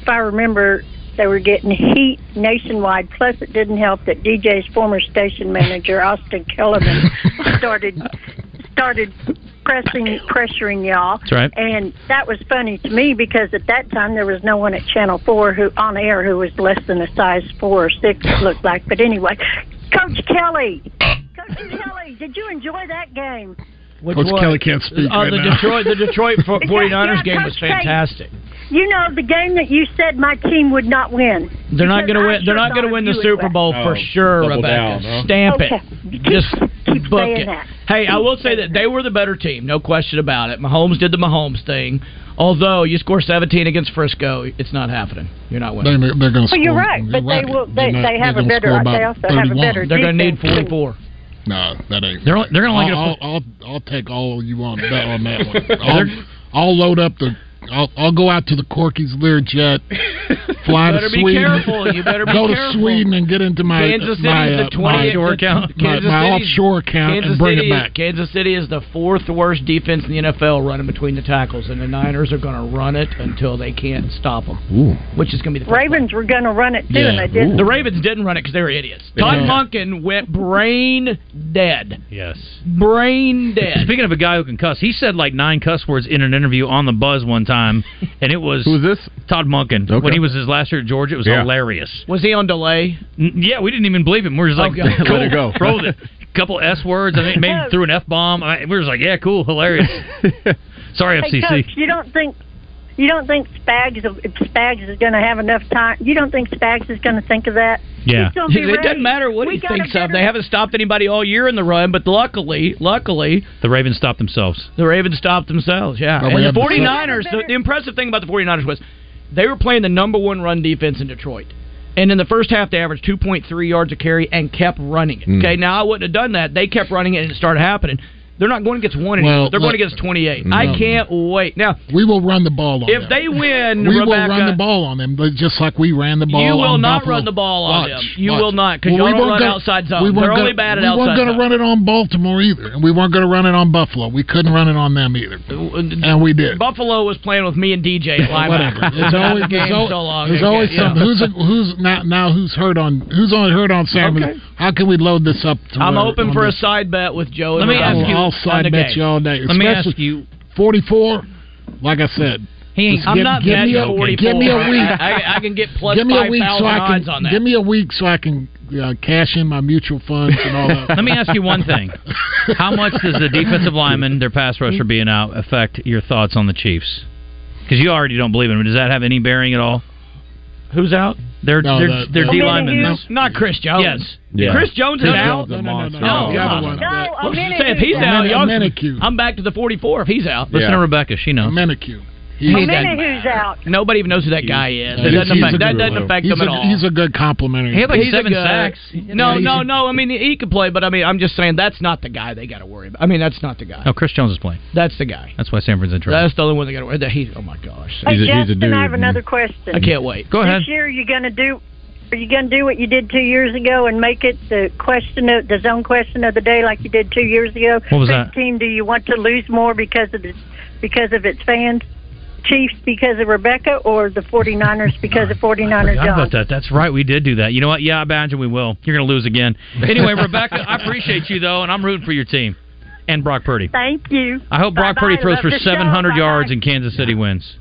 [SPEAKER 11] If I remember, they were getting heat nationwide. Plus, it didn't help that DJ's former station manager Austin Kellerman started started pressing pressuring y'all.
[SPEAKER 3] That's right.
[SPEAKER 11] And that was funny to me because at that time there was no one at Channel Four who on air who was less than a size four or six it looked like. But anyway, Coach Kelly, Coach Kelly, did you enjoy that game?
[SPEAKER 9] Which
[SPEAKER 5] Coach Kelly can't speak
[SPEAKER 9] Oh,
[SPEAKER 5] right
[SPEAKER 9] the
[SPEAKER 5] now.
[SPEAKER 9] Detroit the Detroit fo-
[SPEAKER 11] Yeah,
[SPEAKER 9] 49ers
[SPEAKER 11] yeah,
[SPEAKER 9] game was
[SPEAKER 11] Coach K.
[SPEAKER 9] fantastic.
[SPEAKER 11] You know the game that you said my team would not win.
[SPEAKER 9] They're not
[SPEAKER 11] Because
[SPEAKER 9] going to
[SPEAKER 11] I
[SPEAKER 9] win. They're
[SPEAKER 11] sure
[SPEAKER 9] not going to
[SPEAKER 11] thought
[SPEAKER 9] win
[SPEAKER 11] you
[SPEAKER 9] the
[SPEAKER 11] would
[SPEAKER 9] Super
[SPEAKER 11] win.
[SPEAKER 9] Bowl
[SPEAKER 4] Oh,
[SPEAKER 9] for sure,
[SPEAKER 4] double
[SPEAKER 9] Rebecca.
[SPEAKER 4] down, huh?
[SPEAKER 9] Stamp
[SPEAKER 11] Okay.
[SPEAKER 9] it.
[SPEAKER 11] Keep-
[SPEAKER 9] Just
[SPEAKER 11] keep
[SPEAKER 9] book
[SPEAKER 11] saying
[SPEAKER 9] it.
[SPEAKER 11] that.
[SPEAKER 9] Hey, I
[SPEAKER 11] Keep
[SPEAKER 9] will say
[SPEAKER 11] saying
[SPEAKER 9] that
[SPEAKER 11] that.
[SPEAKER 9] they were the better team, no question about it. Mahomes did the Mahomes thing. Although you score 17 against Frisco, it's not happening. You're not
[SPEAKER 5] They,
[SPEAKER 9] winning.
[SPEAKER 5] are going to.
[SPEAKER 11] Well, you're right, but they will. They, they have a better. They also have a better.
[SPEAKER 9] They're going to need
[SPEAKER 11] defense, too.
[SPEAKER 9] 44.
[SPEAKER 5] No, that ain't.
[SPEAKER 3] They're only- they're gonna only
[SPEAKER 5] I'll,
[SPEAKER 3] get
[SPEAKER 5] I'll, I'll, I'll take all you want bet on that one. I'll, I'll load up the. I'll, I'll go out to the Corky's Learjet, fly
[SPEAKER 9] Better
[SPEAKER 5] to
[SPEAKER 9] be
[SPEAKER 5] Sweden,
[SPEAKER 9] careful. You better be
[SPEAKER 5] go
[SPEAKER 9] careful.
[SPEAKER 5] to Sweden and get into my
[SPEAKER 9] Kansas City
[SPEAKER 5] my,
[SPEAKER 9] is
[SPEAKER 5] uh,
[SPEAKER 9] the 28th.
[SPEAKER 5] my,
[SPEAKER 3] Your account.
[SPEAKER 5] my,
[SPEAKER 9] Kansas
[SPEAKER 5] my
[SPEAKER 9] City's-
[SPEAKER 5] offshore account
[SPEAKER 9] Kansas
[SPEAKER 5] and bring
[SPEAKER 9] City,
[SPEAKER 5] it back.
[SPEAKER 9] Kansas City is the fourth worst defense in the NFL running between the tackles, and the Niners are going to run it until they can't stop them, which is going to be the first
[SPEAKER 11] Ravens were going to run it too, and they
[SPEAKER 5] Yeah,
[SPEAKER 11] didn't.
[SPEAKER 9] The Ravens didn't run it because they were idiots. Todd
[SPEAKER 5] Yeah.
[SPEAKER 9] Munkin went brain dead.
[SPEAKER 3] Yes.
[SPEAKER 9] Brain dead.
[SPEAKER 3] Speaking of a guy who can cuss, he said like nine cuss words in an interview on the Buzz one time, and it was
[SPEAKER 4] Who is this?
[SPEAKER 3] Todd Munkin
[SPEAKER 4] Okay.
[SPEAKER 3] when he was his last year at Georgia. It was
[SPEAKER 4] Yeah.
[SPEAKER 3] hilarious.
[SPEAKER 9] Was he on delay?
[SPEAKER 3] N- Yeah, we didn't even believe him. We were just like,
[SPEAKER 9] Oh, God.
[SPEAKER 3] cool,
[SPEAKER 4] Let it go.
[SPEAKER 3] Throw the couple s words. I think maybe threw an f bomb. We were just like, yeah, cool, hilarious. Sorry, FCC.
[SPEAKER 11] Hey, coach, you don't think you don't think Spags if Spags is going to have enough time? You don't think Spags is going to think of that?
[SPEAKER 3] Yeah.
[SPEAKER 11] He's gonna be
[SPEAKER 9] It
[SPEAKER 11] ready.
[SPEAKER 9] doesn't matter what
[SPEAKER 11] We
[SPEAKER 9] he
[SPEAKER 11] got a
[SPEAKER 9] thinks of.
[SPEAKER 11] better-
[SPEAKER 9] They haven't stopped anybody all year in the run, but luckily, luckily,
[SPEAKER 3] The Ravens stopped themselves.
[SPEAKER 9] the Ravens stopped themselves. Yeah.
[SPEAKER 5] But we
[SPEAKER 9] and the
[SPEAKER 5] have the-
[SPEAKER 9] 49ers, the, the impressive thing about the 49ers was they were playing the number one run defense in Detroit. And in the first half, they averaged 2.3 yards a carry and kept running
[SPEAKER 5] Hmm.
[SPEAKER 9] it. Okay, now I wouldn't have done that. They kept running it and it started happening. They're not going against one anymore.
[SPEAKER 5] Well,
[SPEAKER 9] They're
[SPEAKER 5] let-
[SPEAKER 9] going against 28. I can't wait. Now,
[SPEAKER 5] We will run the ball on
[SPEAKER 9] if
[SPEAKER 5] them.
[SPEAKER 9] they win,
[SPEAKER 5] we
[SPEAKER 9] Rebecca,
[SPEAKER 5] will run the ball on them, but just like we ran the ball.
[SPEAKER 9] You will
[SPEAKER 5] on
[SPEAKER 9] not
[SPEAKER 5] Buffalo.
[SPEAKER 9] run the ball on
[SPEAKER 5] Watch,
[SPEAKER 9] them. You
[SPEAKER 5] watch.
[SPEAKER 9] will not, 'cause
[SPEAKER 5] Well,
[SPEAKER 9] y'all
[SPEAKER 5] we
[SPEAKER 9] don't
[SPEAKER 5] weren't
[SPEAKER 9] run
[SPEAKER 5] gonna-
[SPEAKER 9] outside zone.
[SPEAKER 5] we weren't
[SPEAKER 9] They're
[SPEAKER 5] gonna-
[SPEAKER 9] only bad at
[SPEAKER 5] We
[SPEAKER 9] outside
[SPEAKER 5] weren't going
[SPEAKER 9] zone.
[SPEAKER 5] to run it on Baltimore either, and we weren't going to run it on Buffalo. We couldn't run it on them either, and we did.
[SPEAKER 9] Buffalo was playing with me and DJ at
[SPEAKER 5] Whatever.
[SPEAKER 9] linebacker.
[SPEAKER 5] There's always,
[SPEAKER 9] The
[SPEAKER 5] there's
[SPEAKER 9] game's
[SPEAKER 5] always,
[SPEAKER 9] so long.
[SPEAKER 5] there's
[SPEAKER 9] Okay,
[SPEAKER 5] always
[SPEAKER 9] yeah.
[SPEAKER 5] something. Who's who's not now? Who's hurt on? Who's on hurt on Saturday? How can we load this up? To
[SPEAKER 9] I'm
[SPEAKER 5] where-
[SPEAKER 9] open
[SPEAKER 5] on
[SPEAKER 9] for a
[SPEAKER 5] this?
[SPEAKER 9] side bet with Joe.
[SPEAKER 3] Let
[SPEAKER 9] and
[SPEAKER 3] me
[SPEAKER 9] Rob
[SPEAKER 3] ask you
[SPEAKER 5] I'll
[SPEAKER 9] on the
[SPEAKER 5] side bet
[SPEAKER 9] game.
[SPEAKER 5] you all day.
[SPEAKER 3] Let me ask
[SPEAKER 5] Especially
[SPEAKER 3] you.
[SPEAKER 5] 44. Like I said,
[SPEAKER 3] He ain't,
[SPEAKER 5] Just
[SPEAKER 9] I'm
[SPEAKER 5] give-
[SPEAKER 9] not
[SPEAKER 5] give
[SPEAKER 9] betting
[SPEAKER 5] me a-
[SPEAKER 9] 44.
[SPEAKER 5] give me a week.
[SPEAKER 9] I, I- I can get plus
[SPEAKER 5] give me a week so
[SPEAKER 9] 5,000
[SPEAKER 5] I can
[SPEAKER 9] odds on that.
[SPEAKER 5] give me a week so I can uh, cash in my mutual funds and all that.
[SPEAKER 3] let me ask you one thing. How much does the defensive lineman, their pass rusher being out, affect your thoughts on the Chiefs? Because you already don't believe in him. Does that have any bearing at all?
[SPEAKER 9] Who's out?
[SPEAKER 3] They're
[SPEAKER 5] No,
[SPEAKER 3] they're,
[SPEAKER 5] that-
[SPEAKER 3] they're
[SPEAKER 5] that-
[SPEAKER 3] D
[SPEAKER 11] No.
[SPEAKER 3] linemen.
[SPEAKER 9] Not Chris Jones.
[SPEAKER 3] Yes.
[SPEAKER 4] Yeah.
[SPEAKER 9] Chris Jones is
[SPEAKER 3] No, no,
[SPEAKER 9] out.
[SPEAKER 5] No, no, no, no.
[SPEAKER 3] No,
[SPEAKER 5] The
[SPEAKER 3] come
[SPEAKER 5] other
[SPEAKER 3] on.
[SPEAKER 5] one.
[SPEAKER 11] No,
[SPEAKER 9] I'm
[SPEAKER 11] a
[SPEAKER 9] just
[SPEAKER 11] minute.
[SPEAKER 9] saying, if he's
[SPEAKER 11] ago.
[SPEAKER 9] out, y'all-
[SPEAKER 5] Manicure.
[SPEAKER 9] I'm back to the 44 if he's out.
[SPEAKER 3] Listen
[SPEAKER 4] Yeah.
[SPEAKER 3] to Rebecca. She knows.
[SPEAKER 5] Manicure.
[SPEAKER 9] He-
[SPEAKER 11] Well,
[SPEAKER 9] he doesn't
[SPEAKER 11] Minnehu's out.
[SPEAKER 9] Nobody even knows who that guy is. That
[SPEAKER 5] He's-
[SPEAKER 9] doesn't
[SPEAKER 5] he's
[SPEAKER 9] affect,
[SPEAKER 5] a
[SPEAKER 9] that
[SPEAKER 5] good
[SPEAKER 9] doesn't
[SPEAKER 5] player.
[SPEAKER 9] affect
[SPEAKER 5] he's
[SPEAKER 9] him at
[SPEAKER 5] a,
[SPEAKER 9] all.
[SPEAKER 5] He's a good complimentary.
[SPEAKER 9] He had like
[SPEAKER 5] player.
[SPEAKER 9] seven sacks. No,
[SPEAKER 5] Yeah, he's
[SPEAKER 9] no,
[SPEAKER 5] a-
[SPEAKER 9] no. I mean, he could play, but I mean, I'm just saying that's not the guy they got to worry about. I mean, that's not the guy.
[SPEAKER 3] No, Oh, Chris Jones is playing.
[SPEAKER 9] That's the guy.
[SPEAKER 3] That's why Sanford's in trouble.
[SPEAKER 9] That's the only one they got to worry. That he's oh my gosh.
[SPEAKER 11] Hey, Justin, I have another question.
[SPEAKER 9] I can't wait. Go ahead.
[SPEAKER 11] This year, you're going to do. Are you going to do what you did two years ago and make it the question of the zone question of the day like you did two years ago?
[SPEAKER 3] What was
[SPEAKER 11] Which
[SPEAKER 3] that?
[SPEAKER 11] team do you want to lose more because of its because of its fans? Chiefs because of Rebecca or the 49ers because of 49er
[SPEAKER 3] Forgot
[SPEAKER 11] John?
[SPEAKER 3] about that. That's right. We did do that. You know what? Yeah, I imagine we will. You're going to lose again. Anyway, Rebecca, I appreciate you though, and I'm rooting for your team and Brock Purdy.
[SPEAKER 11] Thank you.
[SPEAKER 3] I hope Brock
[SPEAKER 11] Bye-bye.
[SPEAKER 3] Purdy throws
[SPEAKER 11] Love
[SPEAKER 3] for
[SPEAKER 11] the show.
[SPEAKER 3] 700 yards and Kansas City wins.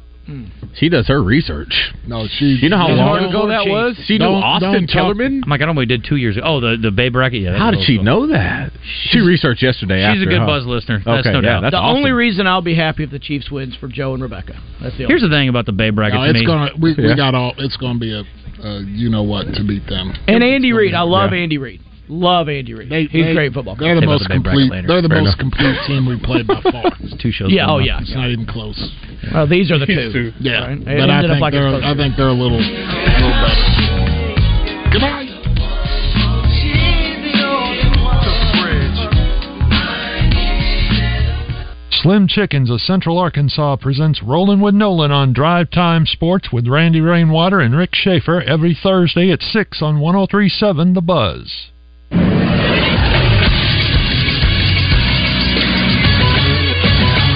[SPEAKER 4] She does her research.
[SPEAKER 5] No, she.
[SPEAKER 4] You know how
[SPEAKER 3] It's
[SPEAKER 4] long
[SPEAKER 3] hard to
[SPEAKER 4] ago
[SPEAKER 3] go
[SPEAKER 4] that
[SPEAKER 3] cheap.
[SPEAKER 4] was? She knew
[SPEAKER 3] Don't-
[SPEAKER 4] Austin
[SPEAKER 3] don't talk-
[SPEAKER 4] Kellerman.
[SPEAKER 3] I'm like, I don't know. We did two years ago. Oh, the the Bay bracket. Yeah. that
[SPEAKER 4] How did
[SPEAKER 3] was
[SPEAKER 4] she
[SPEAKER 3] old.
[SPEAKER 4] know that? She researched yesterday.
[SPEAKER 3] She's a
[SPEAKER 4] after,
[SPEAKER 3] good
[SPEAKER 4] huh?
[SPEAKER 3] buzz listener. That's
[SPEAKER 4] okay,
[SPEAKER 3] no
[SPEAKER 4] yeah,
[SPEAKER 3] doubt.
[SPEAKER 4] That's
[SPEAKER 9] the
[SPEAKER 4] awesome.
[SPEAKER 9] only reason I'll be happy if the Chiefs wins for Joe and Rebecca. That's the only.
[SPEAKER 3] Here's the thing about the Bay bracket.
[SPEAKER 5] No,
[SPEAKER 3] to
[SPEAKER 5] it's
[SPEAKER 3] me.
[SPEAKER 5] gonna. We, we got all. It's gonna be a. Uh, you know what to beat them.
[SPEAKER 9] and Andy Reid. I love
[SPEAKER 5] Yeah.
[SPEAKER 9] Andy Reid. Love Andy Reid. he's
[SPEAKER 5] they-
[SPEAKER 9] great football.
[SPEAKER 5] They're
[SPEAKER 9] coach.
[SPEAKER 5] the most complete. They're the
[SPEAKER 9] Fair enough.
[SPEAKER 5] most complete team we played by far.
[SPEAKER 3] two shows.
[SPEAKER 9] Yeah, oh yeah.
[SPEAKER 5] It's not even close.
[SPEAKER 9] Well, these are the two.
[SPEAKER 5] Yeah,
[SPEAKER 9] Right? It
[SPEAKER 5] but I
[SPEAKER 9] ended up
[SPEAKER 5] think,
[SPEAKER 9] like a
[SPEAKER 5] they're,
[SPEAKER 9] close
[SPEAKER 5] I
[SPEAKER 9] game.
[SPEAKER 5] think they're a little, little better. Goodbye.
[SPEAKER 12] Slim Chickens of Central Arkansas presents Rolling with Nolan on Drive Time Sports with Randy Rainwater and Rick Schaefer every Thursday at 6 on 1037 The Buzz.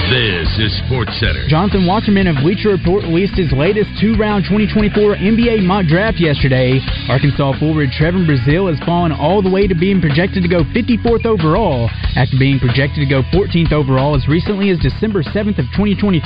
[SPEAKER 13] This is Sports Center.
[SPEAKER 14] Jonathan Wasserman of Bleacher Report released his latest two-round 2024 NBA mock draft yesterday. Arkansas forward Trevor Brazil has fallen all the way to being projected to go 54th overall after being projected to go 14th overall as recently as December 7th of 2023.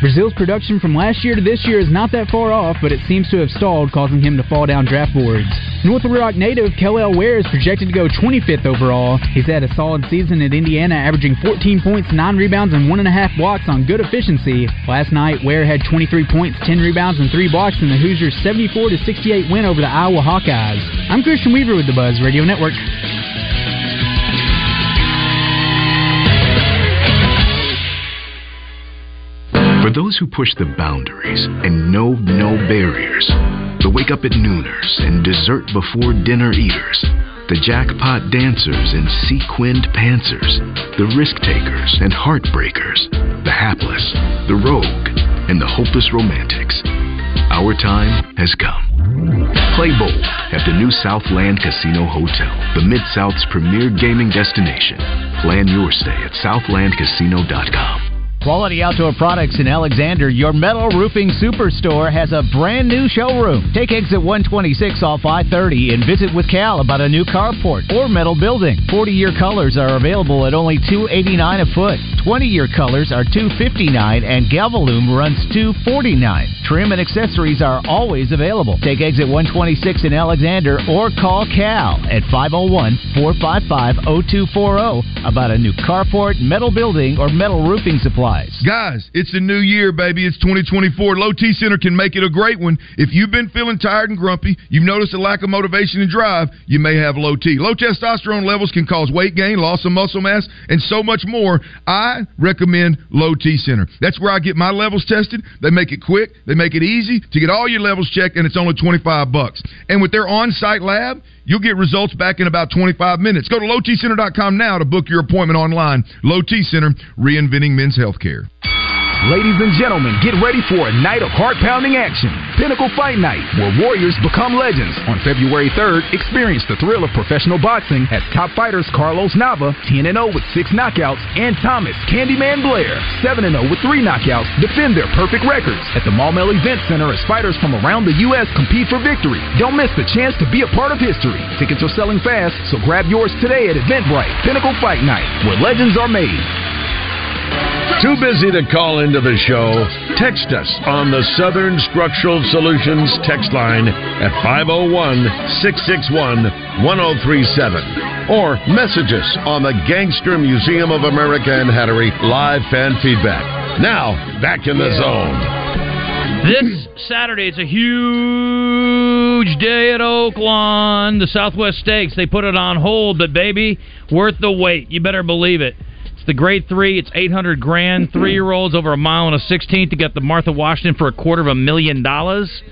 [SPEAKER 14] Brazil's production from last year to this year is not that far off, but it seems to have stalled, causing him to fall down draft boards. North Little Rock native Kellel Ware is projected to go 25th overall. He's had a solid season at Indiana, averaging 14 points, 9 rebounds, and 1.5 blocks on good efficiency. Last night, Ware had 23 points, 10 rebounds, and 3 blocks in the Hoosiers' 74 68 win over the Iowa Hawkeyes. I'm Christian Weaver with the Buzz Radio Network.
[SPEAKER 15] For those who push the boundaries and know no barriers, the wake up at nooners and dessert before dinner eaters, the jackpot dancers and sequined pantsers, the risk takers and heartbreakers, the hapless, the rogue, and the hopeless romantics. Our time has come. Play bold at the new Southland Casino Hotel, the Mid South's premier gaming destination. Plan your stay at southlandcasino.com.
[SPEAKER 16] Quality Outdoor Products in Alexander, your metal roofing superstore, has a brand new showroom. Take exit 126 off I 30 and visit with Cal about a new carport or metal building. 40 year colors are available at only $289 a foot. 20 year colors are $259 and Galvalume runs $249. Trim and accessories are always available. Take exit 126 in Alexander or call Cal at 501 455 0240 about a new carport, metal building, or metal roofing supplies.
[SPEAKER 17] Guys, it's a new year, baby. It's 2024. Low T Center can make it a great one. If you've been feeling tired and grumpy, you've noticed a lack of motivation and drive, you may have low T. Low testosterone levels can cause weight gain, loss of muscle mass, and so much more. I recommend Low T Center. That's where I get my levels tested. They make it quick, they make it easy to get all your levels checked, and it's only 25 bucks. And with their on-site lab, you'll get results back in about 25 minutes. Go to lowtcenter.com now to book your appointment online. Low T Center, reinventing men's healthcare.
[SPEAKER 18] Ladies and gentlemen, get ready for a night of heart pounding action. Pinnacle Fight Night, where warriors become legends. On February 3rd, experience the thrill of professional boxing as top fighters Carlos Nava, 10 0 with six knockouts, and Thomas Candyman Blair, 7 0 with three knockouts, defend their perfect records at the Maumelle Event Center as fighters from around the U.S. compete for victory. Don't miss the chance to be a part of history. Tickets are selling fast, so grab yours today at Eventbrite. Pinnacle Fight Night, where legends are made.
[SPEAKER 7] Too busy to call into the show? Text us on the Southern Structural Solutions text line at 501 661 1037. Or message us on the Gangster Museum of America and Hattery live fan feedback. Now, back in the zone.
[SPEAKER 3] This Saturday is a huge day at Oaklawn. The Southwest Stakes, they put it on hold, but baby, worth the wait. You better believe it. It's the grade three. It's eight hundred grand. Three year olds over a mile and a sixteenth. You got the Martha Washington for a quarter of a million dollars.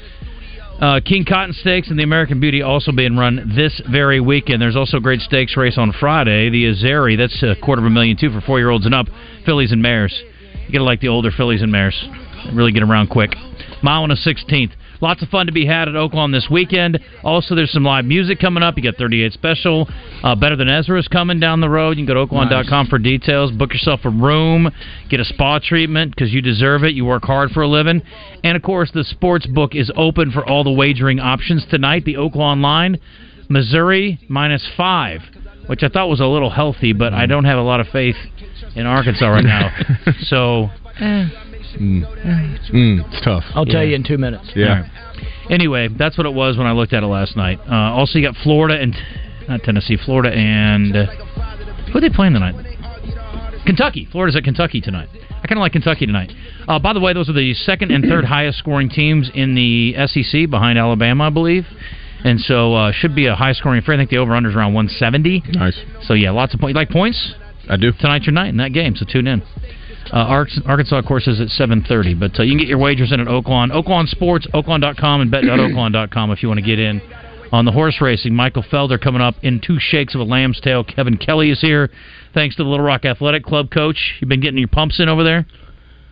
[SPEAKER 3] Uh, King Cotton Stakes and the American Beauty also being run this very weekend. There's also a great stakes race on Friday. The Azari, that's a quarter of a million too for four year olds and up. Fillies and mares. You gotta like the older fillies and mares. They really get around quick. Mile and a sixteenth. Lots of fun to be had at Oaklawn this weekend. Also, there's some live music coming up. You got 38 Special. Uh, Better Than Ezra is coming down the road. You can go to oaklawn.com for details. Book yourself a room. Get a spa treatment because you deserve it. You work hard for a living. And, of course, the sports book is open for all the wagering options tonight. The Oaklawn line, Missouri minus five, which I thought was a little healthy, but
[SPEAKER 4] Mm.
[SPEAKER 3] I don't have a lot of faith in Arkansas right now. so
[SPEAKER 4] Mm. Mm, it's tough.
[SPEAKER 9] Eh, I'll tell you in two minutes.
[SPEAKER 4] Yeah.
[SPEAKER 3] Anyway, that's what it was when I looked at it last night. Uh, also, you got Florida and not Tennessee, Florida and uh, who are they playing tonight? Kentucky. Florida's at Kentucky tonight. I kind of like Kentucky tonight. Uh, by the way, those are the second and third highest scoring teams in the SEC behind Alabama, I believe. And so uh, should be a high scoring affair. I think the over under is around 170.
[SPEAKER 4] Nice.
[SPEAKER 3] So yeah, lots of points. You like points?
[SPEAKER 4] I do.
[SPEAKER 3] Tonight's your night in that game, so tune in. Uh, Ar- Arkansas, of course, is at 7.30, but uh, you can get your wagers in at Oaklawn. Oaklawn Sports, oaklawn.com, and bet.oaklawn.com if you want to get in on the horse racing. Michael Felder coming up in two shakes of a lamb's tail. Kevin Kelly is here. Thanks to the Little Rock Athletic Club coach. You've been getting your pumps in over there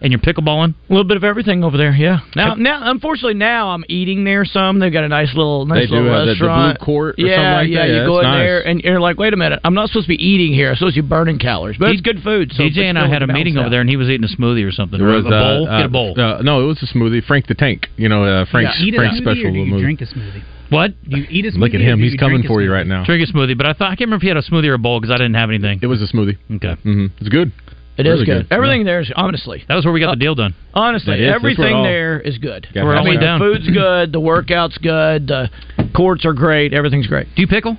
[SPEAKER 3] and your pickleballing.
[SPEAKER 9] A little bit of everything over there, yeah. Now, now, unfortunately, now I'm eating there some. They've got a nice little, nice
[SPEAKER 4] They do
[SPEAKER 9] little
[SPEAKER 4] have the- the blue
[SPEAKER 9] restaurant.
[SPEAKER 4] court or
[SPEAKER 9] yeah,
[SPEAKER 4] something like
[SPEAKER 9] yeah.
[SPEAKER 4] that. Yeah,
[SPEAKER 9] you go in
[SPEAKER 4] that's nice.
[SPEAKER 9] there and you're like, wait a minute, I'm not supposed to be eating here. I'm supposed to be burning calories, but it's good food. So
[SPEAKER 3] DJ and I had a meeting over there, and he was eating a smoothie or something. Or a
[SPEAKER 4] uh,
[SPEAKER 3] bowl?
[SPEAKER 4] uh,
[SPEAKER 3] Get a bowl.
[SPEAKER 4] uh, no, it was a smoothie. Frank the Tank. You know, uh, Frank's,
[SPEAKER 3] Yeah, eat a
[SPEAKER 4] Frank's
[SPEAKER 3] smoothie
[SPEAKER 4] special
[SPEAKER 3] or do
[SPEAKER 4] little
[SPEAKER 3] you
[SPEAKER 4] movie.
[SPEAKER 3] drink
[SPEAKER 10] a smoothie.
[SPEAKER 3] What?
[SPEAKER 10] You eat a smoothie.
[SPEAKER 4] Look at
[SPEAKER 10] or
[SPEAKER 4] him.
[SPEAKER 10] do
[SPEAKER 4] He's
[SPEAKER 10] you
[SPEAKER 4] coming
[SPEAKER 10] drink a
[SPEAKER 4] for you
[SPEAKER 10] smoothie?
[SPEAKER 4] right now.
[SPEAKER 3] Drink a smoothie, but I thought I can't remember if he had a smoothie or a bowl because I didn't have anything. It
[SPEAKER 4] was a smoothie.
[SPEAKER 3] Okay,
[SPEAKER 4] mm-hmm. it's good.
[SPEAKER 9] It is good. Everything there is honestly.
[SPEAKER 3] That was where we got the deal done.
[SPEAKER 9] Honestly, everything there is good.
[SPEAKER 3] We're
[SPEAKER 9] I
[SPEAKER 3] all the
[SPEAKER 9] mean,
[SPEAKER 3] way down.
[SPEAKER 9] the food's good, the workout's good, the courts are great, everything's great.
[SPEAKER 3] Do you pickle?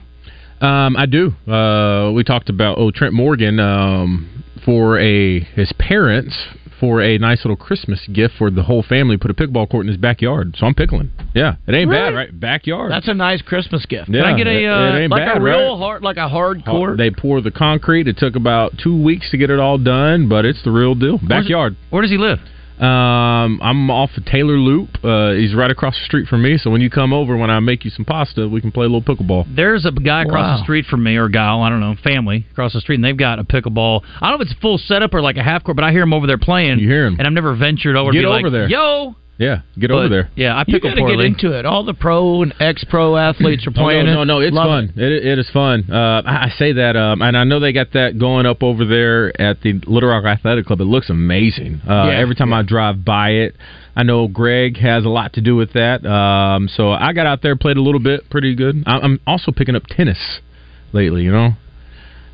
[SPEAKER 4] Um, I do. Uh, we talked about oh Trent Morgan um, for a his parents for a nice little Christmas gift for the whole family. Put a pickleball court in his backyard, so I'm pickling. Yeah, it ain't bad,
[SPEAKER 9] Really?
[SPEAKER 4] right? Backyard.
[SPEAKER 9] That's a nice Christmas gift.
[SPEAKER 4] Yeah,
[SPEAKER 9] Can I get a
[SPEAKER 4] it- it
[SPEAKER 9] uh,
[SPEAKER 4] ain't
[SPEAKER 9] like
[SPEAKER 4] bad,
[SPEAKER 9] a real
[SPEAKER 4] right?
[SPEAKER 9] hard, like a hard court?
[SPEAKER 4] They pour the concrete. It took about two weeks to get it all done, but it's the real deal. Backyard.
[SPEAKER 3] Where does he live?
[SPEAKER 4] Um, I'm off of Taylor Loop. Uh, he's right across the street from me. So when you come over, when I make you some pasta, we can play a little pickleball.
[SPEAKER 3] There's a guy across
[SPEAKER 4] Wow.
[SPEAKER 3] the street from me, or a gal, I don't know, family across the street, and they've got a pickleball. I don't know if it's a full setup or like a half court, but I hear them over there playing. You hear them, and I've never ventured over.
[SPEAKER 4] Get
[SPEAKER 3] to be
[SPEAKER 4] over
[SPEAKER 3] like,
[SPEAKER 4] there.
[SPEAKER 3] yo.
[SPEAKER 4] Yeah, get
[SPEAKER 3] But,
[SPEAKER 4] over there.
[SPEAKER 3] Yeah, I
[SPEAKER 9] you
[SPEAKER 3] pickle
[SPEAKER 9] gotta get
[SPEAKER 3] poorly.
[SPEAKER 9] into it. All the pro and ex-pro athletes are
[SPEAKER 4] Oh,
[SPEAKER 9] playing
[SPEAKER 4] no,
[SPEAKER 9] it.
[SPEAKER 4] No, no, it's
[SPEAKER 9] Love it.
[SPEAKER 4] fun. It, it is fun. Uh, I I say that, um, and I know they got that going up over there at the Little Rock Athletic Club. It looks amazing. Uh,
[SPEAKER 13] Yeah.
[SPEAKER 4] every time I drive by it, I know Greg has a lot to do with that. Um, so I got out there, played a little bit, pretty good. I, I'm also picking up tennis lately. You know,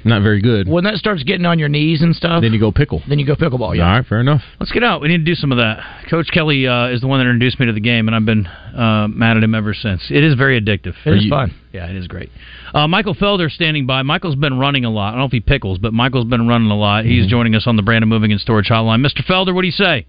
[SPEAKER 4] not very good.
[SPEAKER 9] When that starts getting on your knees and stuff,
[SPEAKER 4] then you go pickle.
[SPEAKER 9] Then you go pickleball.
[SPEAKER 4] All
[SPEAKER 9] Yeah.
[SPEAKER 4] right, fair enough.
[SPEAKER 3] Let's get out. We need to do some of that. Coach Kelly uh, is the one that introduced me to the game, and I've been uh, mad at him ever since. It is very addictive.
[SPEAKER 9] It is fun.
[SPEAKER 3] Yeah, it is great. Uh, Michael Felder standing by. Michael's been running a lot. I don't know if he pickles, but Michael's been running a lot. He's joining us on the Brandon Moving and Storage Hotline. Mr. Felder, what do you say?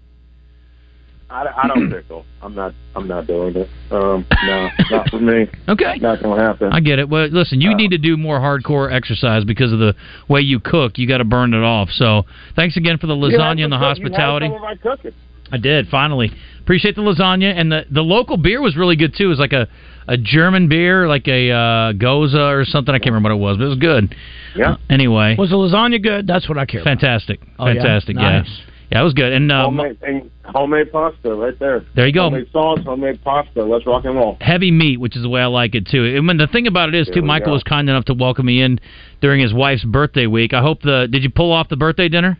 [SPEAKER 19] I, I don't pickle. I'm not. I'm not doing it. Um, no, not for me.
[SPEAKER 3] Okay,
[SPEAKER 19] not gonna happen.
[SPEAKER 3] I get it. Well, listen, you need to do more hardcore exercise because of the way you cook. You got to burn it off. So, thanks again for the lasagna
[SPEAKER 19] You know,
[SPEAKER 3] and the
[SPEAKER 19] you had
[SPEAKER 3] hospitality.
[SPEAKER 19] some of my cooking.
[SPEAKER 3] I did finally appreciate the lasagna and the the local beer was really good too. It was like a a German beer, like a uh, Goza or something. I can't remember what it was, but it was good.
[SPEAKER 19] Yeah.
[SPEAKER 3] anyway,
[SPEAKER 9] Was the lasagna good? That's what I care. about.
[SPEAKER 3] fantastic,
[SPEAKER 9] Oh, yeah?
[SPEAKER 3] fantastic.
[SPEAKER 9] Nice.
[SPEAKER 3] Yeah, yeah, it was good. And um,
[SPEAKER 19] Homemade, and homemade pasta right there.
[SPEAKER 3] There you go.
[SPEAKER 19] Homemade sauce, homemade pasta. Let's rock and roll.
[SPEAKER 3] heavy meat, which is the way I like it too. And when the thing about it is too,
[SPEAKER 19] There we
[SPEAKER 3] Michael
[SPEAKER 19] go.
[SPEAKER 3] was kind enough to welcome me in during his wife's birthday week. I hope the did you pull off the birthday dinner?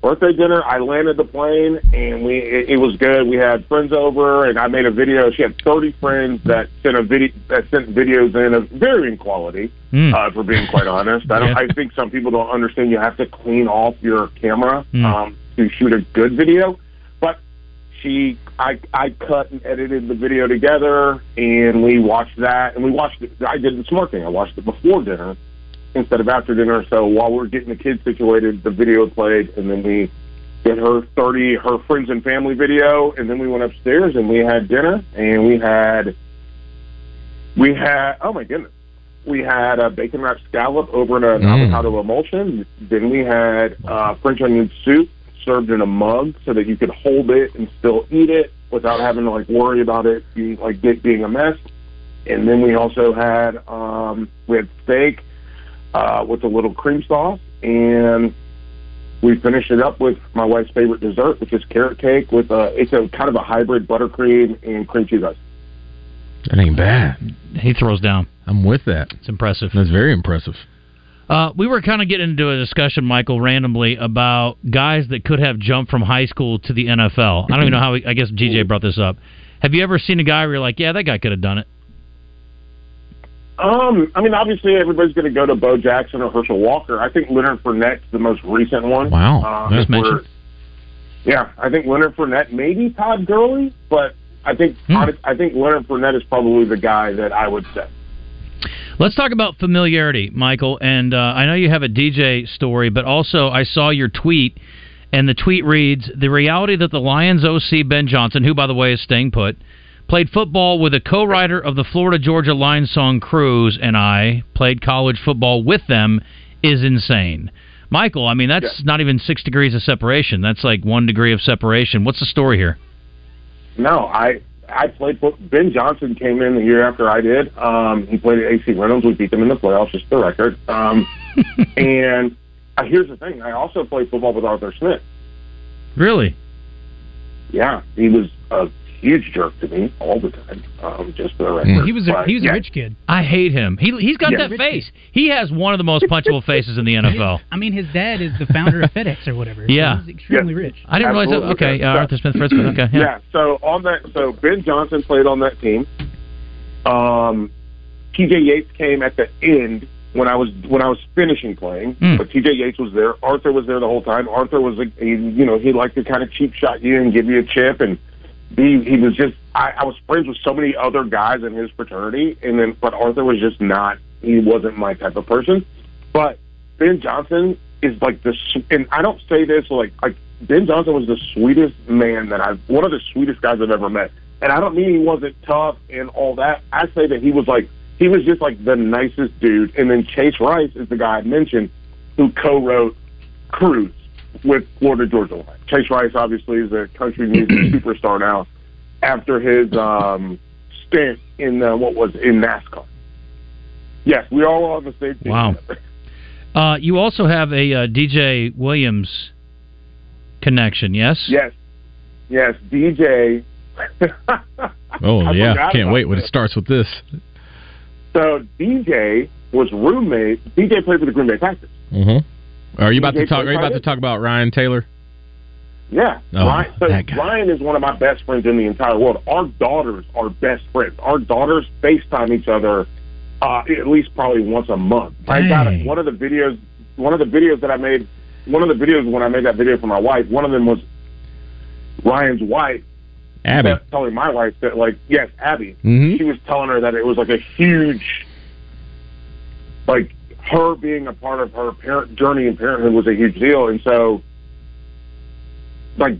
[SPEAKER 19] Birthday dinner. I landed the plane, and we it, it was good. We had friends over, and I made a video. She had 30 friends that sent a video that sent videos in of varying quality.
[SPEAKER 3] Hmm.
[SPEAKER 9] Hmm.
[SPEAKER 1] Mm.
[SPEAKER 19] Uh, if we're being quite honest, I don't.
[SPEAKER 1] Yeah.
[SPEAKER 19] I think some people don't understand. You have to clean off your camera
[SPEAKER 1] Mm.
[SPEAKER 19] um, to shoot a good video. But she, I, I cut and edited the video together, and we watched that. And we watched it. I did the smart thing. I watched it before dinner instead of after dinner. So while we we're getting the kids situated, the video played, and then we did her thirty, her friends and family video, and then we went upstairs and we had dinner, and we had, we had. Oh my goodness, we had a bacon wrap scallop over in an
[SPEAKER 13] Mm.
[SPEAKER 19] avocado emulsion. Then we had uh, French onion soup served in a mug so that you could hold it and still eat it without having to like worry about it being like it being a mess. And then we also had um, we had steak uh, with a little cream sauce, and we finished it up with my wife's favorite dessert, which is carrot cake with a it's a kind of a hybrid buttercream and cream cheese ice.
[SPEAKER 4] That ain't bad.
[SPEAKER 3] He throws down.
[SPEAKER 4] I'm with that.
[SPEAKER 3] It's impressive.
[SPEAKER 4] That's very impressive.
[SPEAKER 3] Uh, we were kind of getting into a discussion, Michael, randomly about guys that could have jumped from high school to the NFL. I don't even know how. We, I guess GJ brought this up. Have you ever seen a guy where you're like, yeah, that guy could have done it?
[SPEAKER 19] Um, I mean, obviously everybody's going to go to Bo Jackson or Herschel Walker. I think Leonard Fournette's the most recent one. Uh,
[SPEAKER 4] Wow, that's
[SPEAKER 19] where-
[SPEAKER 4] mentioned.
[SPEAKER 19] Yeah, I think Leonard Fournette, maybe Todd Gurley, but I think
[SPEAKER 10] Hmm.
[SPEAKER 19] honest, I think Leonard Fournette is probably the guy that I would say.
[SPEAKER 3] Let's talk about familiarity, Michael. And uh, I know you have a DJ story, but also I saw your tweet, and the tweet reads The reality that the Lions OC Ben Johnson, who, by the way, is staying put, played football with a co writer of the Florida Georgia Line song Cruz, and I played college football with them is insane. Michael, I mean, that's not even six degrees of separation. That's like one degree of separation. What's the story here?
[SPEAKER 19] No, I I played. fo- Ben Johnson came in the year after I did. Um, he played at AC Reynolds. We beat them in the playoffs, just the record. Um, and uh, here's the thing: I also played football with Arthur Smith.
[SPEAKER 3] Really?
[SPEAKER 19] Yeah, he was a huge jerk to me all the time. Um, just for the record,
[SPEAKER 10] Hmm. He was a,
[SPEAKER 19] But,
[SPEAKER 10] he was
[SPEAKER 19] yeah.
[SPEAKER 10] a rich kid.
[SPEAKER 3] I hate him. He, he's got
[SPEAKER 10] Yeah.
[SPEAKER 3] that face. He has one of the most punchable faces in the NFL.
[SPEAKER 10] I mean, his dad is the founder of FedEx or whatever. so
[SPEAKER 3] Yeah.
[SPEAKER 10] he's extremely rich.
[SPEAKER 3] I didn't realize that.
[SPEAKER 19] Absolutely.
[SPEAKER 3] Okay, uh, Arthur Smith, Fritz. Okay, yeah.
[SPEAKER 19] Mm-hmm. So on that, so Ben Johnson played on that team. Um, TJ Yates came at the end when I was when I was finishing playing,
[SPEAKER 3] Mm.
[SPEAKER 1] Hmm.
[SPEAKER 19] but TJ Yates was there. Arthur was there the whole time. Arthur was like, he, you know, he liked to kind of cheap shot you and give you a chip, and he he was just I, I was friends with so many other guys in his fraternity, and then but Arthur was just not he wasn't my type of person. But Ben Johnson is like the s- and I don't say this like like Ben Johnson was the sweetest man that I've one of the sweetest guys I've ever met. And I don't mean he wasn't tough and all that. I say that he was like he was just like the nicest dude. And then Chase Rice is the guy I mentioned who co-wrote Cruise with Florida Georgia Line. Chase Rice obviously is a country music superstar now after his um, stint in uh, what was in NASCAR. Yes, we all on the same team.
[SPEAKER 3] Wow. Uh, you also have a uh, DJ Williams connection, yes?
[SPEAKER 19] Yes. Yes, DJ.
[SPEAKER 4] Oh
[SPEAKER 19] I
[SPEAKER 4] yeah,
[SPEAKER 19] forgot
[SPEAKER 4] can't
[SPEAKER 19] about
[SPEAKER 4] wait when it
[SPEAKER 19] that.
[SPEAKER 4] starts with this.
[SPEAKER 19] So DJ was roommate. DJ played for the Green Bay Packers.
[SPEAKER 4] hmm Are you about to
[SPEAKER 19] DJ
[SPEAKER 4] talk? Are you about to
[SPEAKER 19] Clayton?
[SPEAKER 4] talk about Ryan Taylor?
[SPEAKER 19] Yeah.
[SPEAKER 4] Oh,
[SPEAKER 19] Ryan, so
[SPEAKER 4] that guy.
[SPEAKER 19] Ryan is one of my best friends in the entire world. Our daughters are best friends. Our daughters FaceTime each other uh, at least probably once a month. I got
[SPEAKER 1] Dang.
[SPEAKER 19] one of the videos. One of the videos that I made. One of the videos when I made that video for my wife. One of them was Ryan's wife
[SPEAKER 4] Abby.
[SPEAKER 19] kept telling my wife that, like, yes, Abby.
[SPEAKER 4] Mhm.
[SPEAKER 19] She was telling her that it was like a huge, like her being a part of her parent journey in parenthood was a huge deal, and so, like,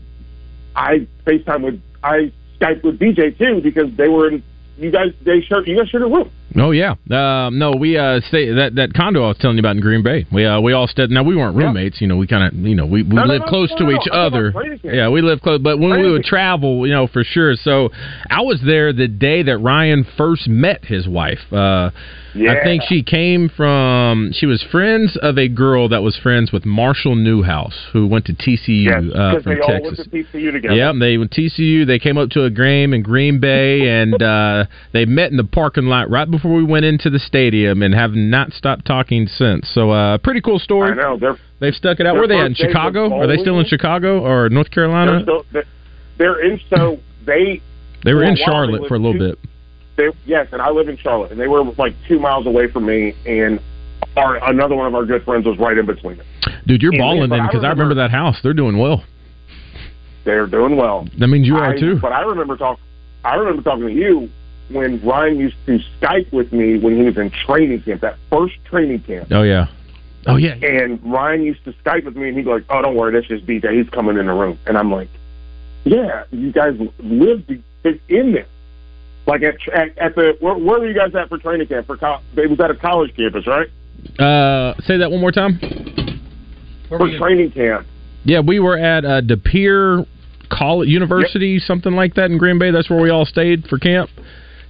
[SPEAKER 19] I FaceTime with I Skype with DJ too because they were in you guys they shared you guys shared a room.
[SPEAKER 4] Oh yeah, um, no, we uh, stay that that condo I was telling you about in Green Bay. We uh, we all stayed. Now we weren't roommates, you know. We kind of you know we we
[SPEAKER 1] No, no,
[SPEAKER 4] lived
[SPEAKER 1] no,
[SPEAKER 4] close
[SPEAKER 1] no,
[SPEAKER 4] to
[SPEAKER 1] no,
[SPEAKER 4] each
[SPEAKER 1] no, I'm talking
[SPEAKER 4] other.
[SPEAKER 1] about Bradenton.
[SPEAKER 4] Yeah, we lived close, but when we would travel, you know for sure. So I was there the day that Ryan first met his wife. Uh, I think she came from she was friends of a girl that was friends with Marshall Newhouse, who went to TCU uh,
[SPEAKER 19] Because
[SPEAKER 4] from
[SPEAKER 19] they
[SPEAKER 4] Texas.
[SPEAKER 19] all went to TCU together.
[SPEAKER 4] Yeah, they went TCU. They came up to a game in Green Bay, and uh, they met in the parking lot right before we went into the stadium, and have not stopped talking since. So, uh, pretty cool story.
[SPEAKER 19] I know they're
[SPEAKER 4] They've stuck it out. Where are they at? In Chicago? Are they still in Chicago or North
[SPEAKER 19] They're,
[SPEAKER 4] Carolina?
[SPEAKER 19] still, they're, they're in so they
[SPEAKER 4] They were
[SPEAKER 19] for
[SPEAKER 4] in
[SPEAKER 19] a while, they
[SPEAKER 4] Charlotte
[SPEAKER 19] lived
[SPEAKER 4] for a little
[SPEAKER 19] two-
[SPEAKER 4] bit.
[SPEAKER 19] They, yes, and I live in Charlotte, and they were like two miles away from me, and our another one of our good friends was right in between us.
[SPEAKER 4] Dude, you're
[SPEAKER 19] Yeah,
[SPEAKER 4] balling
[SPEAKER 19] but
[SPEAKER 4] then
[SPEAKER 19] I
[SPEAKER 4] because I remember that house. They're doing well.
[SPEAKER 19] They're doing well.
[SPEAKER 4] That means you are
[SPEAKER 19] I-
[SPEAKER 4] too.
[SPEAKER 19] But I remember talk. I remember talking to you when Ryan used to Skype with me when he was in training camp, that first training camp.
[SPEAKER 4] Oh yeah. Oh yeah.
[SPEAKER 19] And Ryan used to Skype with me, and he'd be like, "Oh, don't worry, that's just DJ. He's coming in the room." And I'm like, "Yeah, you guys lived in there." Like at at, at the where, where were you guys at for training camp? For co- it was at a college campus, right?
[SPEAKER 4] Uh, say that one more time.
[SPEAKER 19] For training camp.
[SPEAKER 4] Yeah, we were at uh, De Pere College University, something like that in Green Bay. That's where we all stayed for camp.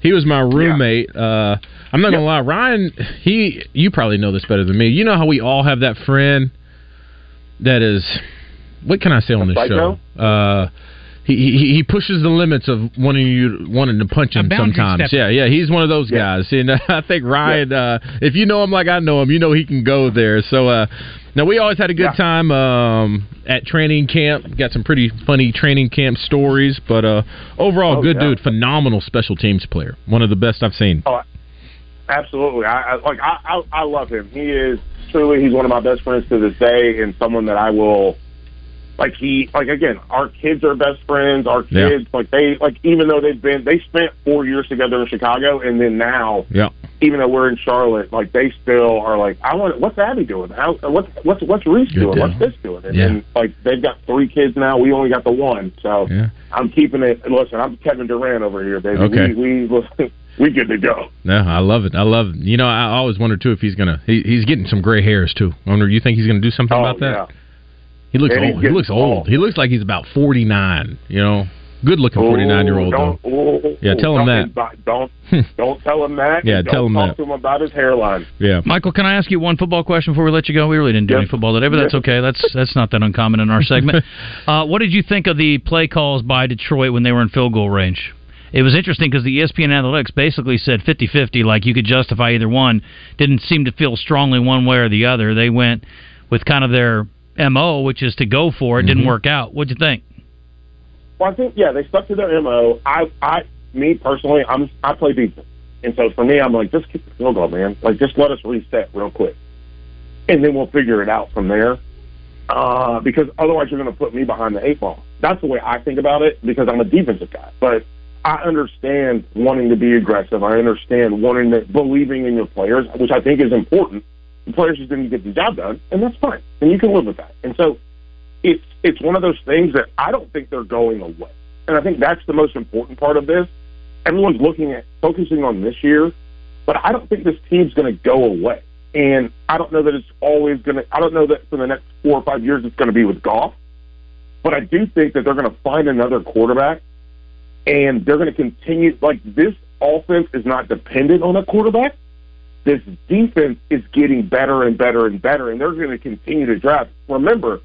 [SPEAKER 4] He was my roommate. Uh, I'm not gonna lie, Ryan. He, you probably know this better than me. You know how we all have that friend that is. What can I say on this
[SPEAKER 1] psycho?
[SPEAKER 4] show? Uh, he, he he pushes the limits of wanting you wanting to punch him
[SPEAKER 1] boundary
[SPEAKER 4] sometimes.
[SPEAKER 1] stepper.
[SPEAKER 4] Yeah, yeah. He's one of those guys. And uh, I think Ryan, uh, if you know him like I know him, you know he can go there. So uh, now we always had a good
[SPEAKER 1] Yeah.
[SPEAKER 4] time um, at training camp. Got some pretty funny training camp stories, but uh, overall,
[SPEAKER 19] Oh,
[SPEAKER 4] good
[SPEAKER 19] yeah.
[SPEAKER 4] dude. Phenomenal special teams player. One of the best I've seen.
[SPEAKER 19] Oh, absolutely. I, I like I, I I love him. He is truly he's one of my best friends to this day, and someone that I will like. He like again, our kids are best friends. Our
[SPEAKER 1] Yeah.
[SPEAKER 19] kids like they like even though they've been they spent four years together in Chicago, and then now
[SPEAKER 4] Yeah.
[SPEAKER 19] even though we're in Charlotte, like they still are like, I want. What's Abby doing? How, what's what's what's Reese doing? What's this doing? And,
[SPEAKER 1] Yeah.
[SPEAKER 19] and like they've got three kids now. We only got the one, so I'm keeping it. Listen, I'm Kevin Durant over here, baby.
[SPEAKER 4] Okay.
[SPEAKER 19] We we we good to go.
[SPEAKER 4] No, I love it. I love. It. You know, I always wonder too if he's gonna. He, he's getting some gray hairs too. I wonder. You think he's gonna do something about that? He looks
[SPEAKER 19] Oh, And he's
[SPEAKER 4] old. He
[SPEAKER 19] getting
[SPEAKER 4] looks old. He looks like he's about forty nine. You know, good looking forty nine year old though.
[SPEAKER 19] Don't, ooh,
[SPEAKER 4] Yeah, tell him
[SPEAKER 19] don't
[SPEAKER 4] that.
[SPEAKER 19] invi- Don't don't tell him that.
[SPEAKER 4] Yeah,
[SPEAKER 19] and
[SPEAKER 4] tell
[SPEAKER 19] don't
[SPEAKER 4] him
[SPEAKER 19] talk
[SPEAKER 4] that.
[SPEAKER 19] to him about his hairline.
[SPEAKER 4] Yeah.
[SPEAKER 3] Michael, can I ask you one football question before we let you go? We really didn't do any football today, but that's okay. That's that's not that uncommon in our segment. uh, what did you think of the play calls by Detroit when they were in field goal range? It was interesting because the E ESPN analytics basically said 50-50, like you could justify either one. Didn't seem to feel strongly one way or the other. They went with kind of their mo, which is to go for it.
[SPEAKER 4] Mm-hmm.
[SPEAKER 3] Didn't work out. What'd you think?
[SPEAKER 19] Well, I think yeah, they stuck to their mo. I, I, me personally, I'm I play defense, and so for me, I'm like just kick the field goal, man. Like just let us reset real quick, and then we'll figure it out from there. Uh, because otherwise, you're going to put me behind the eight ball. That's the way I think about it because I'm a defensive guy. But I understand wanting to be aggressive. I understand wanting to believing in your players, which I think is important. The players just didn't get the job done, and that's fine, and you can live with that. And so it's it's one of those things that I don't think they're going away. And I think that's the most important part of this. Everyone's looking at focusing on this year, but I don't think this team's going to go away. And I don't know that it's always going to. I don't know that for the next four or five years it's going to be with golf. But I do think that they're going to find another quarterback, and they're going to continue. Like this offense is not dependent on a quarterback. This defense is getting better and better and better, and they're going to continue to drive. Remember,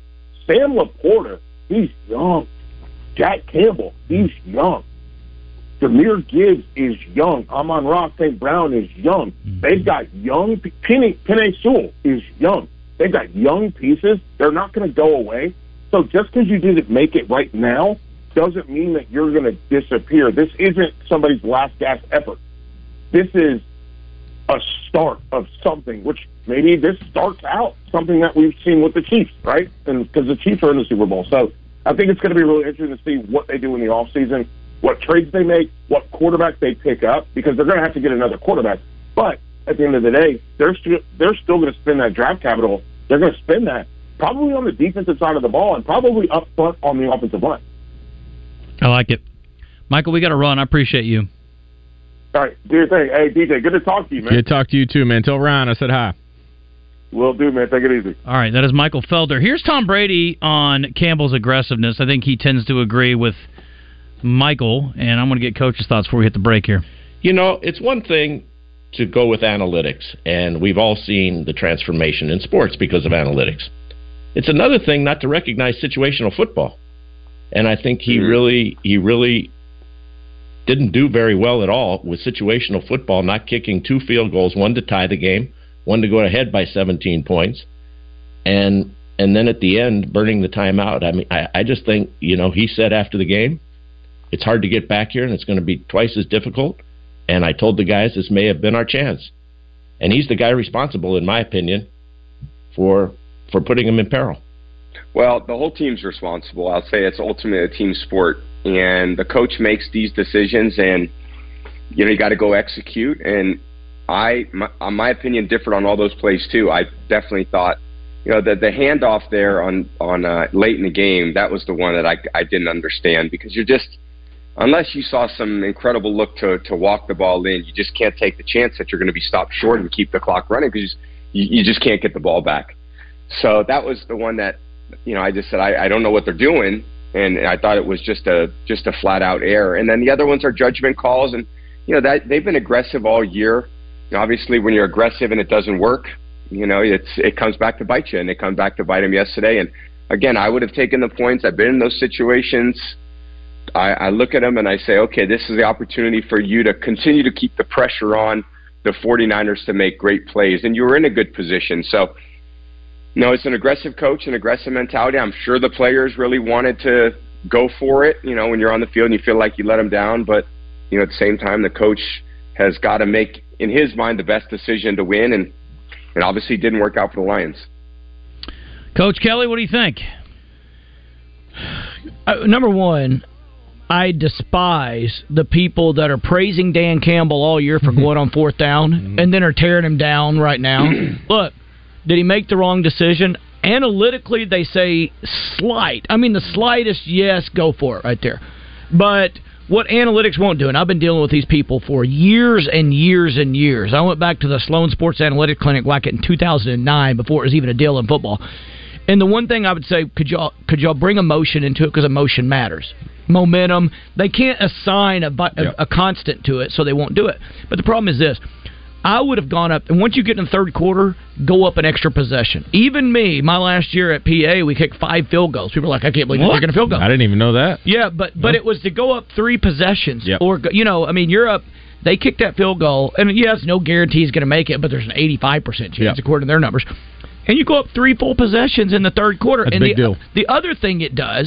[SPEAKER 19] Sam Laporta, he's young. Jack Campbell, he's young. Jameer Gibbs is young. Amon Ross St. Brown is young. They've got young pe- Penny Penny Sewell is young. They've got young pieces. They're not going to go away. So just because you didn't make it right now doesn't mean that you're going to disappear. This isn't somebody's last gasp effort. This is a start of something, which maybe this starts out something that we've seen with the Chiefs, right? And because the Chiefs are in the Super Bowl, so I think it's going to be really interesting to see what they do in the offseason, what trades they make, what quarterback they pick up, because they're going to have to get another quarterback. But at the end of the day, they're still they're still going to spend that draft capital. They're going to spend that probably on the defensive side of the ball and probably up front on the offensive line.
[SPEAKER 3] I like it, Michael. We got to run. I appreciate you.
[SPEAKER 19] All right, do your thing. Hey, DJ, good to talk to you, man.
[SPEAKER 4] Good to talk to you too, man. Tell Ryan I said hi.
[SPEAKER 19] Will do, man. Take it easy.
[SPEAKER 3] All right, that is Michael Felder. Here's Tom Brady on Campbell's aggressiveness. I think he tends to agree with Michael, and I'm going to get coach's thoughts before we hit the break here.
[SPEAKER 13] You know, it's one thing to go with analytics, and we've all seen the transformation in sports because of analytics. It's another thing not to recognize situational football. And I think he really he really didn't do very well at all with situational football, not kicking two field goals, one to tie the game, one to go ahead by 17 points, and and then at the end burning the timeout. I mean, I, I just think you know he said after the game, it's hard to get back here, and it's going to be twice as difficult. And I told the guys this may have been our chance. And he's the guy responsible, in my opinion, for for putting him in peril.
[SPEAKER 20] Well, the whole team's responsible. I'll say it's ultimately a team sport, and the coach makes these decisions, and you know you got to go execute. And I, my, uh, my opinion, different on all those plays too. I definitely thought, you know, the the handoff there on on uh, late in the game, that was the one that I I didn't understand because you're just unless you saw some incredible look to, to walk the ball in, you just can't take the chance that you're going to be stopped short and keep the clock running because you, you just can't get the ball back. So that was the one that you know I just said I, I don't know what they're doing, and I thought it was just a just a flat out error. And then the other ones are judgment calls, and you know that they've been aggressive all year. You know, obviously, when you're aggressive and it doesn't work, you know it's it comes back to bite you, and it comes back to bite him yesterday. And again, I would have taken the points. I've been in those situations. I, I look at them and I say, okay, this is the opportunity for you to continue to keep the pressure on the 49ers to make great plays. And you were in a good position. So, you know, it's an aggressive coach, an aggressive mentality. I'm sure the players really wanted to go for it, you know, when you're on the field and you feel like you let them down. But, you know, at the same time, the coach has got to make, in his mind, the best decision to win. And it obviously didn't work out for the Lions.
[SPEAKER 3] Coach Kelly, what do you think?
[SPEAKER 9] Uh, number one, I despise the people that are praising Dan Campbell all year for going on fourth down and then are tearing him down right now. Look, did he make the wrong decision? Analytically, they say slight. I mean, the slightest, yes, go for it right there. But what analytics won't do, and I've been dealing with these people for years and years and years. I went back to the Sloan Sports Analytic Clinic back in 2009 before it was even a deal in football. And the one thing I would say, could y'all could y'all bring emotion into it because emotion matters, momentum. They can't assign a, bu- a, a constant to it, so they won't do it. But the problem is this: I would have gone up, and once you get in the third quarter, go up an extra possession. Even me, my last year at PA, we kicked five field goals. People were like, I can't believe you're kicking a field goal.
[SPEAKER 4] I didn't even know that.
[SPEAKER 9] Yeah, but but it was to go up three possessions,
[SPEAKER 4] Yep.
[SPEAKER 9] or go- you know, I mean, Europe they kicked that field goal, and yes, no guarantee he's going to make it, but there's an 85 percent chance
[SPEAKER 4] Yep.
[SPEAKER 9] according to their numbers. And you go up three full possessions in the third quarter,
[SPEAKER 4] That's a
[SPEAKER 9] and
[SPEAKER 4] big
[SPEAKER 9] the
[SPEAKER 4] deal.
[SPEAKER 9] the other thing it does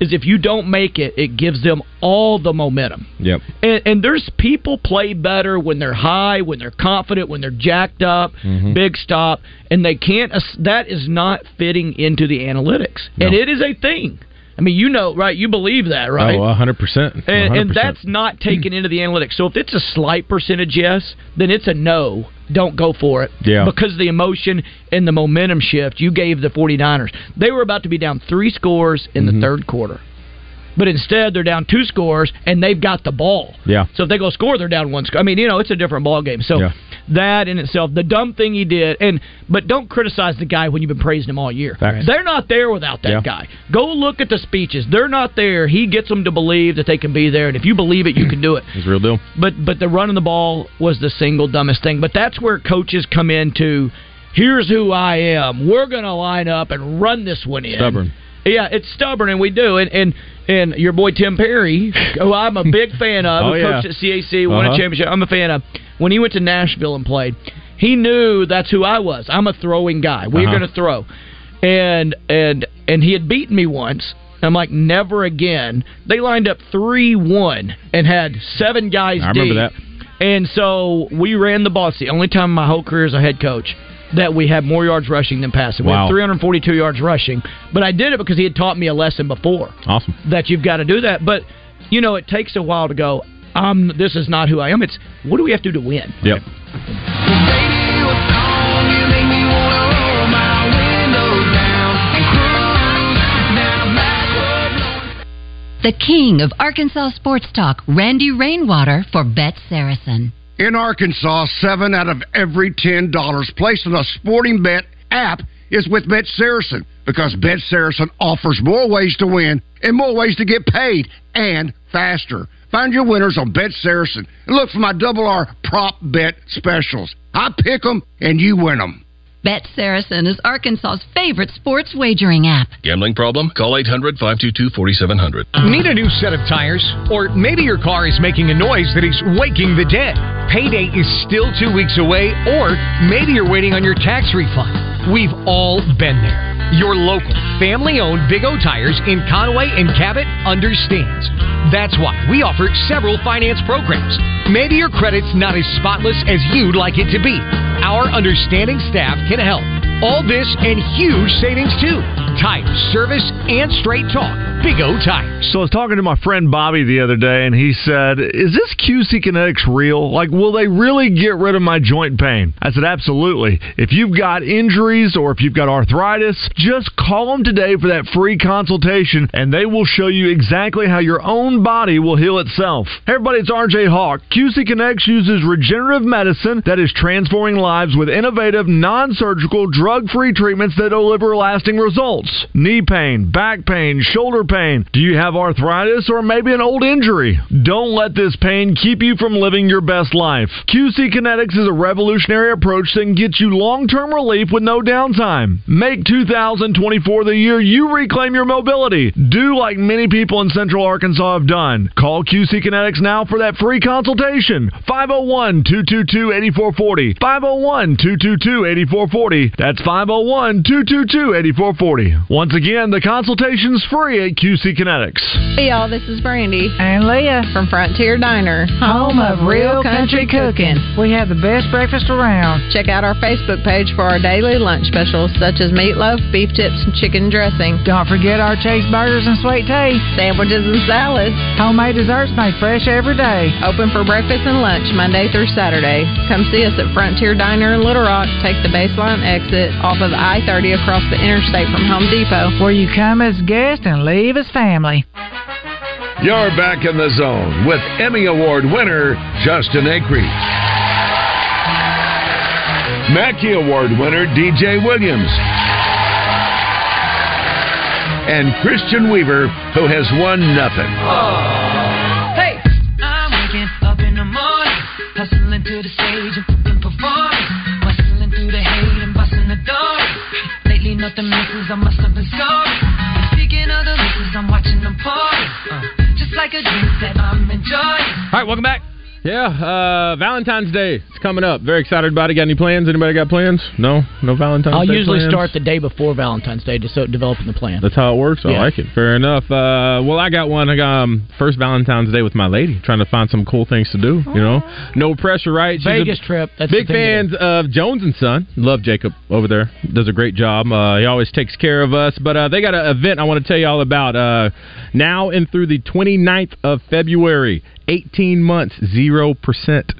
[SPEAKER 9] is if you don't make it, it gives them all the momentum.
[SPEAKER 4] Yep.
[SPEAKER 9] And, and there's people play better when they're high, when they're confident, when they're jacked up,
[SPEAKER 4] Mm-hmm.
[SPEAKER 9] big stop, and they can't. ass- That is not fitting into the analytics, and it is a thing. I mean, you know, right? You believe that, right?
[SPEAKER 4] Oh, 100%.
[SPEAKER 9] and, and
[SPEAKER 4] 100%.
[SPEAKER 9] that's not taken into the analytics. So if it's a slight percentage yes, then it's a no. Don't go for it.
[SPEAKER 4] Yeah.
[SPEAKER 9] Because of the emotion and the momentum shift you gave the 49ers. They were about to be down three scores in
[SPEAKER 4] Mm-hmm.
[SPEAKER 9] the third quarter. But instead, they're down two scores and they've got the ball.
[SPEAKER 4] Yeah.
[SPEAKER 9] So if they go score, they're down one score. I mean, you know, it's a different ball game. So that in itself, the dumb thing he did, and but don't criticize the guy when you've been praising him all year.
[SPEAKER 4] Facts.
[SPEAKER 9] They're not there without that
[SPEAKER 4] Yeah.
[SPEAKER 9] guy. Go look at the speeches. They're not there. He gets them to believe that they can be there, and if you believe it, you can do it.
[SPEAKER 4] It's a real deal.
[SPEAKER 9] But but the running the ball was the single dumbest thing. But that's where coaches come into. Here's who I am. We're going to line up and run this one in.
[SPEAKER 4] Stubborn.
[SPEAKER 9] Yeah, it's stubborn, and we do. And and and your boy Tim Perry, who I'm a big fan of,
[SPEAKER 4] Oh,
[SPEAKER 9] who
[SPEAKER 4] yeah.
[SPEAKER 9] coached at CAC, won
[SPEAKER 4] Uh-huh.
[SPEAKER 9] a championship. I'm a fan of. When he went to Nashville and played, he knew that's who I was. I'm a throwing guy. We're
[SPEAKER 4] Uh-huh.
[SPEAKER 9] going to throw, and and and he had beaten me once. I'm like, never again. They lined up three one and had seven guys.
[SPEAKER 4] I remember
[SPEAKER 9] deep.
[SPEAKER 4] that.
[SPEAKER 9] And so we ran the ball. It's the only time in my whole career as a head coach that we had more yards rushing than passing. We
[SPEAKER 4] Wow.
[SPEAKER 9] had 342 yards rushing. But I did it because he had taught me a lesson before
[SPEAKER 4] Awesome.
[SPEAKER 9] that you've got to do that. But, you know, it takes a while to go, um, this is not who I am. It's what do we have to do to win?
[SPEAKER 4] Yep.
[SPEAKER 21] The king of Arkansas sports talk, Randy Rainwater for Bet Saracen.
[SPEAKER 22] In Arkansas, seven out of every ten dollars placed on a sporting bet app is with Bet Saracen because Bet Saracen offers more ways to win and more ways to get paid and faster. Find your winners on Bet Saracen and look for my double R prop bet specials. I pick 'em and you win 'em.
[SPEAKER 21] Bet Saracen is Arkansas's favorite sports wagering app.
[SPEAKER 23] Gambling problem? Call 800 522 4700.
[SPEAKER 24] Need a new set of tires? Or maybe your car is making a noise that is waking the dead. Payday is still two weeks away, or maybe you're waiting on your tax refund. We've all been there. Your local, family owned Big O Tires in Conway and Cabot understands. That's why we offer several finance programs. Maybe your credit's not as spotless as you'd like it to be. Our understanding staff can help. All this and huge savings too. Tires, service and straight talk. Big O Tires.
[SPEAKER 2] So I was talking to my friend Bobby the other day, and he said, "Is this QC Kinetics real? Like, will they really get rid of my joint pain?" I said, "Absolutely. If you've got injuries or if you've got arthritis, just call them today for that free consultation, and they will show you exactly how your own body will heal itself." Hey, everybody, it's RJ Hawk. QC Kinetics uses regenerative medicine that is transforming lives with innovative, non-surgical, drug-free treatments that deliver lasting results. Knee pain, back pain, shoulder pain. Do you have arthritis or maybe an old injury? Don't let this pain keep you from living your best life. QC Kinetics is a revolutionary approach that can get you long-term relief with no downtime. Make 2024 the year you reclaim your mobility. Do like many people in Central Arkansas have done. Call QC Kinetics now for that free consultation. 501-222-8440. 501-222-8440. oh. That's 501-222-8440. oh. Once again, the consultation's free at QC Kinetics.
[SPEAKER 6] Hey y'all, this is Brandy and Leah from Frontier Diner, home of real country cooking. We have the best breakfast around. Check out our Facebook page for our daily lunch specials such as meatloaf, beef chips, and chicken dressing. Don't forget our cheeseburgers and sweet tea, sandwiches and salads. Homemade desserts made fresh every day. Open for breakfast and lunch Monday through Saturday. Come see us at Frontier Diner in Little Rock. Take the baseline exit off of I-30 across the interstate from Home Depot. Where you come as guest and leave as family.
[SPEAKER 7] You're back in the zone with Emmy Award winner Justin Acre. Mackey Award winner DJ Williams. And Christian Weaver, who has won nothing.
[SPEAKER 1] Hey! I'm waking up in the morning, hustling to the stage and fucking performing. Bustling through the hate and busting the door. Lately, nothing misses, I must have been scoring. Speaking of the misses, I'm watching them pouring. Just like a drink that I'm enjoying.
[SPEAKER 4] All right, welcome back. Yeah, uh, Valentine's Day is coming up. Very excited about it. Got any plans? Anybody got plans? No, no Valentine's
[SPEAKER 9] I'll
[SPEAKER 4] Day.
[SPEAKER 9] usually
[SPEAKER 4] plans?
[SPEAKER 9] start the day before Valentine's Day to so developing the plan.
[SPEAKER 4] That's how it works. I
[SPEAKER 9] Yeah.
[SPEAKER 4] like it. Fair enough. Uh, well, I got one. I got um, first Valentine's Day with my lady, trying to find some cool things to do. You know, no pressure, right? She's a
[SPEAKER 9] Vegas trip. That's the
[SPEAKER 4] big
[SPEAKER 9] thing to
[SPEAKER 4] fans of Jones and Son. Love Jacob over there. Does a great job. Uh, he always takes care of us. But uh, they got an event I want to tell you all about uh, now and through the 29th of February. 18 months, zero percent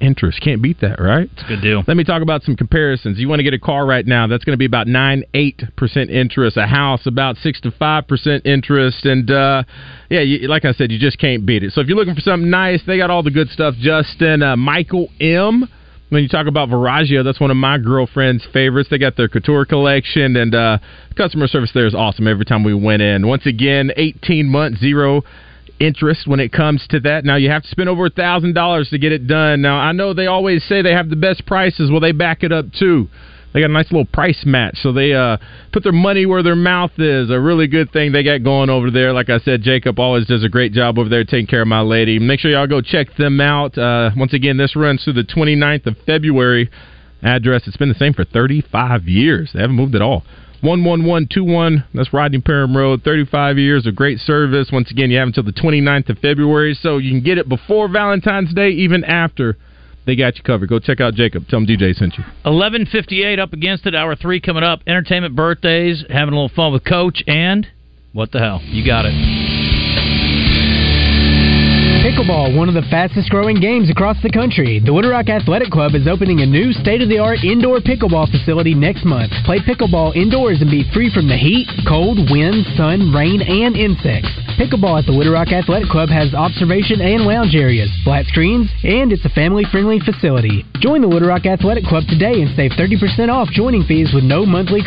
[SPEAKER 4] interest. Can't beat that, right? It's a
[SPEAKER 3] good deal.
[SPEAKER 4] Let me talk about some comparisons. You want to get a car right now? That's going to be about nine eight percent interest. A house about six to five percent interest, and uh, yeah, you, like I said, you just can't beat it. So if you're looking for something nice, they got all the good stuff. Justin, uh, Michael M. When you talk about Viraggio, that's one of my girlfriend's favorites. They got their couture collection, and uh, customer service there is awesome every time we went in. Once again, 18 months, zero interest when it comes to that. Now you have to spend over a thousand dollars to get it done. Now I know they always say they have the best prices. Well, they back it up too. They got a nice little price match, so they uh, put their money where their mouth is. A really good thing they got going over there. Like I said, Jacob always does a great job over there taking care of my lady. Make sure y'all go check them out. Uh, once again, this runs through the 29th of February. Address it's been the same for 35 years. They haven't moved at all. 11121. That's Rodney Perham Road. 35 years of great service. Once again, you have until the 29th of February, so you can get it before Valentine's Day, even after. They got you covered. Go check out Jacob. Tell him DJ sent you.
[SPEAKER 3] 11:58 up against it. Hour three coming up. Entertainment birthdays, having a little fun with Coach, and what the hell? You got it.
[SPEAKER 14] Pickleball, one of the fastest growing games across the country. The Woodrock Athletic Club is opening a new state of the art indoor pickleball facility next month. Play pickleball indoors and be free from the heat, cold, wind, sun, rain, and insects. Pickleball at the Woodrock Athletic Club has observation and lounge areas, flat screens, and it's a family friendly facility. Join the Woodrock Athletic Club today and save 30% off joining fees with no monthly